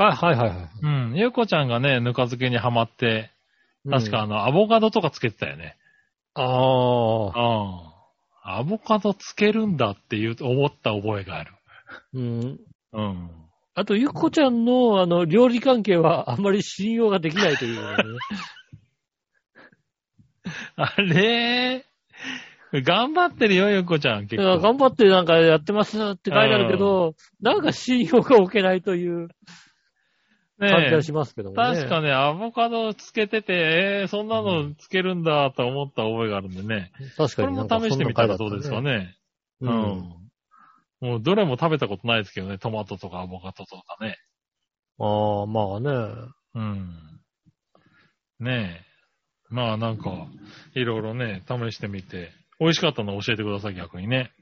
B: あ、はいはいはい。
C: うん、ゆっこちゃんがね、ぬか漬けにはまって、確かあの、アボカドとかつけてたよね。
B: うん。ああ。
C: うん。アボカドつけるんだっていう、思った覚えがある。
B: うん。
C: うん。
B: あと、ゆっこちゃんの、あの、料理関係はあんまり信用ができないという、ね。
C: あれ頑張ってるよ、ゆっこち ゃん。結
B: だから
C: 構。
B: 頑張ってなんかやってますって書いてあるけど、なんか信用が置けないという感じ
C: ね
B: が
C: え
B: しますけどもね。
C: 確かね、アボカドつけてて、えー、そんなのつけるんだと思った覚えがあるんでね。
B: 確
C: こ
B: か
C: れ
B: にな
C: も
B: んか
C: 試してみたらどうですか
B: ね。
C: ね。う。
B: うんん。
C: もうどれも食べたことないですけどね、トマトとかアボカドとかね。
B: ああ、まあね。
C: うん。ねえ。まあなんか、いろいろね、試してみて、美味しかったの教えてください、逆にね。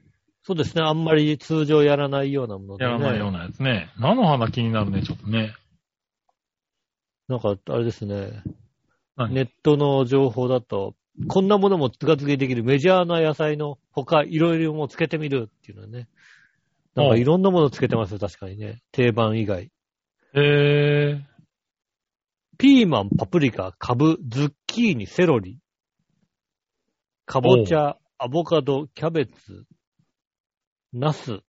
B: そうですね。あんまり通常やらないようなもので、
C: や
B: ね。
C: らないようなやつね。菜の花気になるね、ちょっとね。
B: なんか、あれですね。
C: 何
B: ネットの情報だと、こんなものもつかつけできるメジャーな野菜の他、いろいろもつけてみるっていうのはね。なんかいろんなものつけてますよ、確かにね。定番以外。
C: へえ。
B: ピーマン、パプリカ、カブ、ズッキーニ、セロリ、かぼちゃ、アボカド、キャベツ、ナス、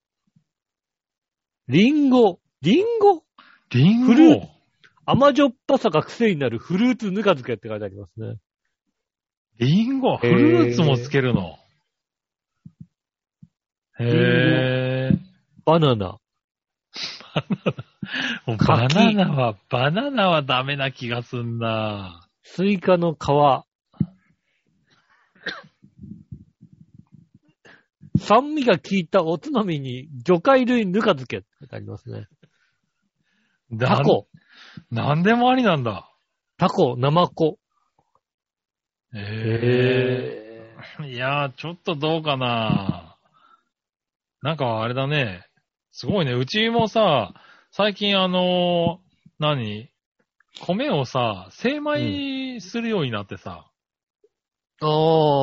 B: リンゴ、リンゴ
C: リン
B: フルー
C: ゴ
B: 甘じょっぱさが癖になるフルーツぬか漬けって書いてありますね。
C: リンゴフルーツもつけるの。へ
B: バナナ、
C: ぇー。バ
B: 柿
C: ナナは、バナナはダメな気がすんな
B: スイカの皮、酸味が効いたおつまみに魚介類ぬか漬けって書いてありますね。
C: だ
B: タコ、
C: なんでもありなんだ。
B: タコ、ナマコ。
C: へぇー。いやー、ちょっとどうかななんかあれだね。すごいね。うちもさ、最近あのー何米をさ、精米するようになってさ、
B: あ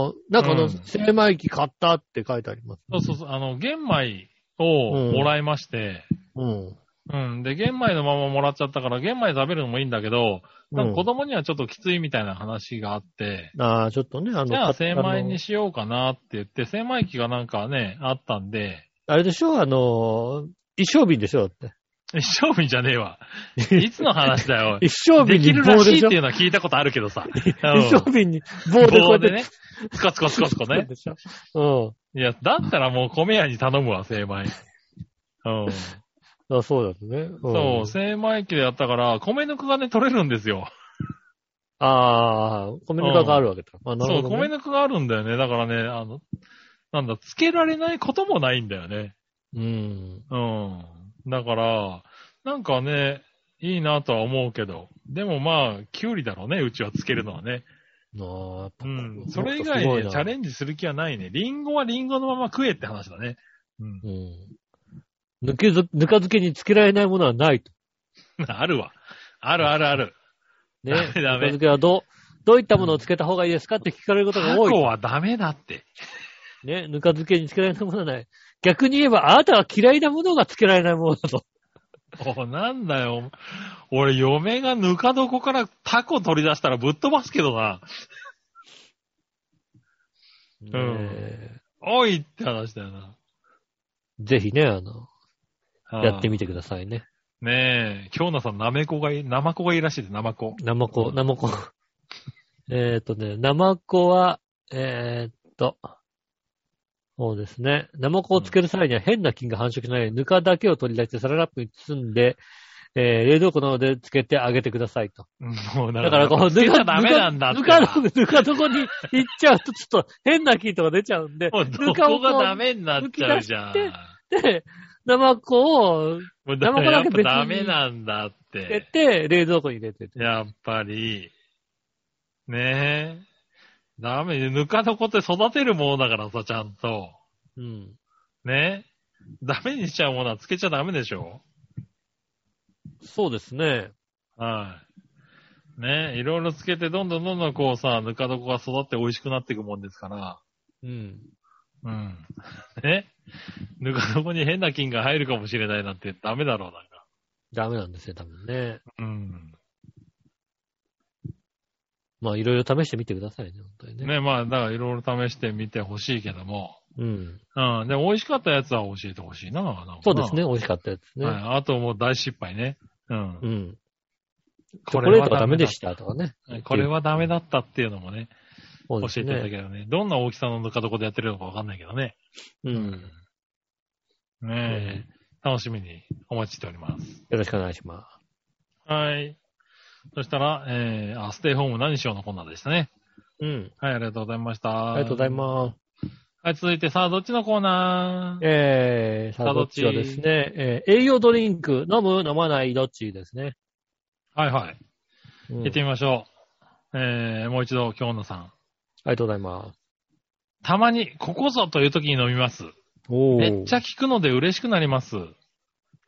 B: あ、なんかあ
C: う
B: の、
C: ん
B: 精米機買ったって書いてあります、
C: そうそうそう、あの、玄米をもらいまして、
B: うん。
C: うん。で、玄米のままもらっちゃったから、玄米食べるのもいいんだけど、
B: う
C: なん
B: ん。
C: か子供にはちょっときついみたいな話があって、
B: ああ、ちょっとね、あの、
C: じゃあ
B: 買
C: 精
B: った
C: 米にしようかなって言って、精米機がなんかね、あったんで、
B: あれでしょあの、一生瓶でしょだって。
C: 一生瓶じゃね えわ。いつの話だよ。
B: 一生
C: で
B: 瓶
C: き
B: に
C: る
B: 棒
C: らし
B: で
C: いっ
B: しょ
C: ていうのは聞いたことあるけどさ。
B: 一生瓶に棒
C: う
B: で
C: ん
B: こうや
C: 棒
B: っ
C: で
B: て。
C: ね。スカスカスカスカね。
B: でしょ
C: いや、だったらもう米屋に頼むわ、精米。うん。
B: うん。あそうだとね。うん
C: そう、精米機でやったから、米ぬくがね、取れるんですよ。
B: ああ、米ぬかがあるわけだ。あな
C: そ
B: る
C: う、
B: ほど、
C: 米
B: ね。
C: ぬくがあるんだよね。だからね、あの、なんだ、つけられないこともないんだよね。
B: うん。
C: うん。だから、なんかね、いいなとは思うけど。でもまあ、キュウリだろうね、うちはつけるのはね。
B: なあやっぱ
C: うん。それ以外ね、チャレ
B: ン
C: ンジする気はないね。リンゴはリンゴのまま食えって話だね。うん。
B: ジ。うん。抜けず、ぬか漬けにつけられないものはないと。
C: あるわ。あるあるある。
B: ね。
C: ダ
B: ぬか
C: メダメ
B: 漬けはどう、どういったものをつけた方がいいですかって聞かれること
C: タ
B: が多
C: コ
B: い。
C: はダメだって。
B: ね。ぬか漬けにつけられないものはない。逆に言えば、あなたは嫌いなものがつけられないものだと。
C: おなんだよ。俺、嫁がぬか床からタコ取り出したらぶっ飛ばすけどな。
B: ね
C: おいって話だよな。
B: ぜひね、あの、やって
C: み
B: みてくださいね。
C: ねえ、京奈さん、ナメコがいい、ナマコがいいらしいです、ナマコ。
B: ナマコ、ナマコ。 えーっとね、ナマコは、えーっと、そうですね。ナマコをつける際には変な菌が繁殖しないように、ぬかだけを取り出してサランラップに包んで、えー冷蔵庫などでつけてあげてくださいと。
C: もう
B: だから、こう、
C: つけ
B: ぬ
C: ちゃ
B: か、
C: ダメなんだって。
B: ぬか、ぬかの、ぬか床に行っちゃうと、ちょっと変な菌とか出ちゃうん で、
C: もう、
B: ぬ
C: ど
B: かを
C: こ
B: こ
C: が
B: う
C: ダメになっちゃうじゃん。
B: むき出で、ナマコを
C: もうだからや
B: ナマコだ
C: っ
B: け別
C: ぱ
B: に
C: ダメなんだっ
B: つけ
C: て。
B: て、冷蔵庫に入れてて。
C: やっぱり、ねえ。ダメ。ぬか床って育てるものだからさ、ちゃんと。
B: うん。
C: ねえ。ダメにしちゃうものはつけちゃダメでしょ
B: そうですね。
C: はい。ねえ、いろいろつけて、どんどんどんどんこうさ、ぬか床が育って美味しくなっていくもんですから。
B: うん。
C: うん。 ねぬか床に変な菌が入るかもしれないなんてダメだろう、なんか。
B: ダメなんですよ、多分ね。
C: うん。
B: まあ、いろいろ試してみてくださいね、本当にね。
C: ねまあ、だからいろいろ試してみてほしいけども。
B: うん。
C: うん。でも美味しかったやつは教えてほしいな。なんかな
B: そうですね、。美味しかったやつね。
C: はい。あともう大失敗ね。うん。
B: うん。チョコレートがダメでしたとかね。
C: た。これはダメだったっていうのもね、
B: そうで
C: 教え
B: す
C: ていただけ
B: ね。
C: ればね。どんな大きさのぬか床でやってるのかわかんないけどね。
B: う。。
C: うんねえ、楽しみにお待ちしております。
B: よろしくお願いします。
C: はい。そしたら、えー、あ、ステイホーム何しようのコーナーでしたね。
B: うん。
C: はい、ありがとうございました。
B: ありがとうござい
C: す。
B: ます。
C: はい、続いてさあ、どっちのコーナー
B: えー、さあ、
C: さあ
B: どっちはですね、えー、栄養ドリンク、飲む、飲まない、どっちですね。
C: はいはい。
B: うん
C: 行ってみましょう。えー、もう一度、京野さん。
B: ありがとうございます。
C: たまに、ここぞという時に飲みます。
B: お
C: めっちゃ効くので嬉しくなります。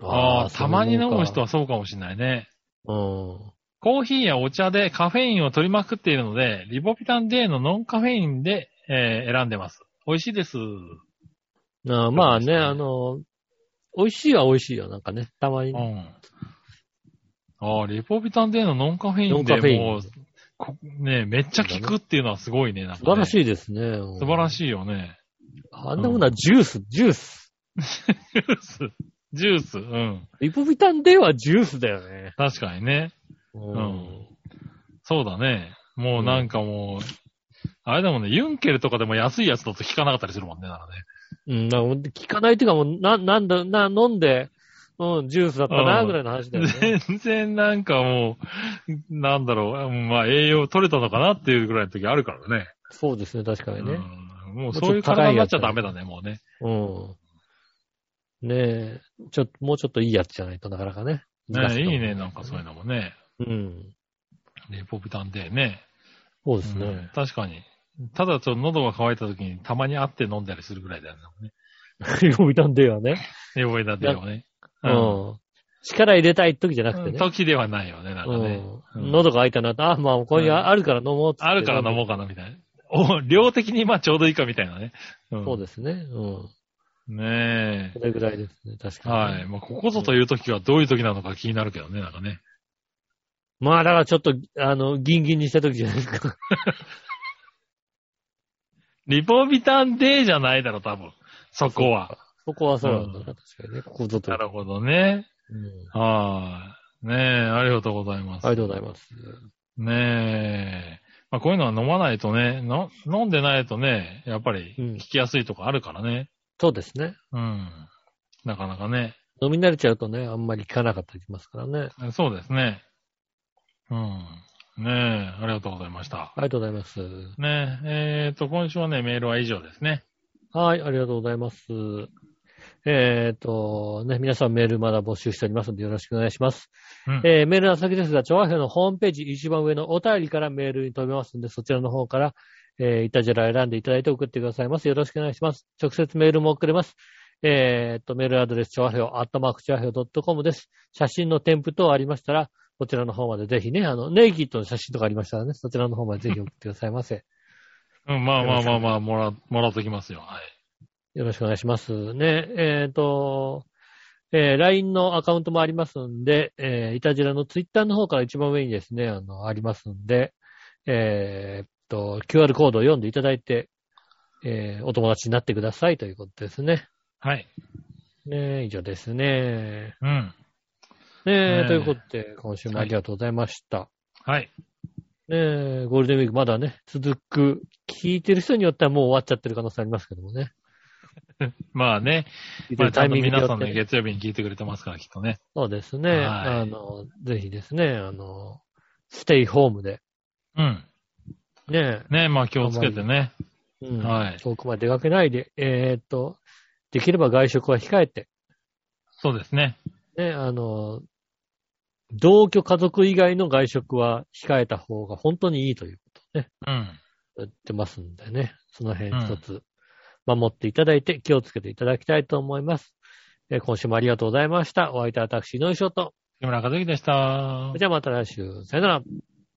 C: ああー、たまに飲む人はそうかもしれないね。
B: は。
C: コーヒーやお茶でカフェインを取りまくっているので、リボピタン D のノンカフェインで、えー選んでます。美味しいです。う
B: うん。あーまあね、
C: そうですね
B: あの、美味しいは美味しいよ、なんかね。たまにね。
C: ん。ああ、リボピタン D のノンカフェイン
B: ノンカフェイ
C: で
B: ン
C: もう、こね、めっちゃ効くっていうのはすごいね。なんかね
B: 素晴らしいですね。素
C: 素晴ら
B: い。
C: しいよね。
B: あんなものはジュース、ジュース。
C: ジュース。ジュース。うん。
B: リポビタン D はジュースだよね。
C: 確かにね。
B: う
C: うん。そうだね。もうなんかもう、あれだもんね、ユンケルとかでも安いやつだと効かなかったりするもんね、だからね。
B: うん、なんか聞かないっていうかもう、な、なんだ、な、飲んで、うん、ジュースだったな、
C: うん
B: ぐらいの話だよね。
C: 全然なんかもう、なんだろう、まあ栄養取れたのかなっていうぐらいの時あるからね。
B: そうですね、確かにね。
C: うんもうそういう体になっちゃダメだね、もうね。
B: うん。ねえ、ちょっと、もうちょっといいやつじゃないとなかなかね。難し
C: ね
B: と思
C: いういね、なんかそういうのもね。
B: うん。
C: レポビタンでね。
B: そうです
C: う
B: ね
C: ん。確かに。ただちょっと喉が渇いた時にたまに会って飲んだりするぐらいだよね。
B: リポビタン D はね。
C: レポビタンではね。
B: う。ん。力入れたい時じゃなくてね。
C: 時ではないよね、なんかね。
B: う
C: うん
B: ん、喉が開いたな、あ、まあ、ここにああるから飲もうっつって
C: あるから飲もうかな、みたいな。お、量的にまあちょうどいいかみたいなね。うん
B: そうですね。うん。
C: ね
B: それぐらいですね、確
C: え。
B: かに。
C: はい。まあ、ここぞという時はどういう時なのか気になるけどね、なんかね。
B: まあ、だからちょっと、あの、ギンギンにした時じゃないですか。
C: リポビタン D じゃないだろ、多分。そこは。
B: そこはそうなんだな、確かにね。ここぞと。
C: なるほどね。
B: うん
C: はい。ねえ、ありがとうございます。
B: ありがとうございます。
C: ねえ。まあ、こういうのは飲まないとね、の飲んでないとね、やっぱり
B: うん
C: 聞きやすいとかあるからね。
B: そうですね。
C: うん。なかなかね。
B: 飲み慣れちゃうとね、あんまり効かなかったりしますからね。
C: そうですね。うん。ねえ、ありがとうございました。
B: ありがとうございます。
C: ねえ、えーと、今週はね、メールは以上ですね。
B: はい、ありがとうございます。えっ、と、ね、皆さんメールまだ募集しておりますのでよろしくお願いします。
C: うん
B: えーメールの先ですが、調和表のホームページ一番上のお便りからメールに飛べますので、そちらの方から、えー、イタジェラを選んでいただいて送ってくださいます。よろしくお願いします。直接メールも送れます。えっ、と、メールアドレス、調和表、アットマーク調和表 .com です。写真の添付等ありましたら、こちらの方までぜひね、あの、ネイキッドの写真とかありましたらね、そちらの方までぜひ送ってくださいませ。
C: うん、まあまあまあまあ、もら、もらっときますよ。はい。
B: よろしくお願いします。ね、えっ、と、えー LINE のアカウントもありますんで、えー、いたじらの Twitter の方から一番上にですね、あの、ありますんで、えーっと、QR コードを読んでいただいて、えーお友達になってくださいということですね。
C: はい。
B: ね、以上ですね。
C: うん。
B: ね
C: ねえ
B: ということで、今週もありがとうございました。
C: はい。
B: ねゴールデンウィークまだね、続く、聞いてる人によってはもう終わっちゃってる可能性ありますけどもね。
C: まあね、
B: 聞いて
C: ま
B: る
C: あ、ちゃんと
B: によ
C: 皆
B: って
C: さんね、月曜日に聞いてくれてますから、きっとね。
B: そうですね。
C: はい
B: あの、ぜひですね、あの、ステイホームで、
C: うん。
B: ね、
C: ねまあ気をつけてね。
B: うん
C: はい
B: 遠くまで出かけないで、えーっと、できれば外食は控えて、
C: そうですね。
B: ね、あの、同居家族以外の外食は控えた方が本当にいいということをね、
C: うん。
B: 言ってますんでね、その辺一つ守っていただいて気をつけていただきたいと思います。えー今週もありがとうございました。お相手は私、井上翔と。
C: 木村和之でした
B: それ。じゃあまた来週。さよなら。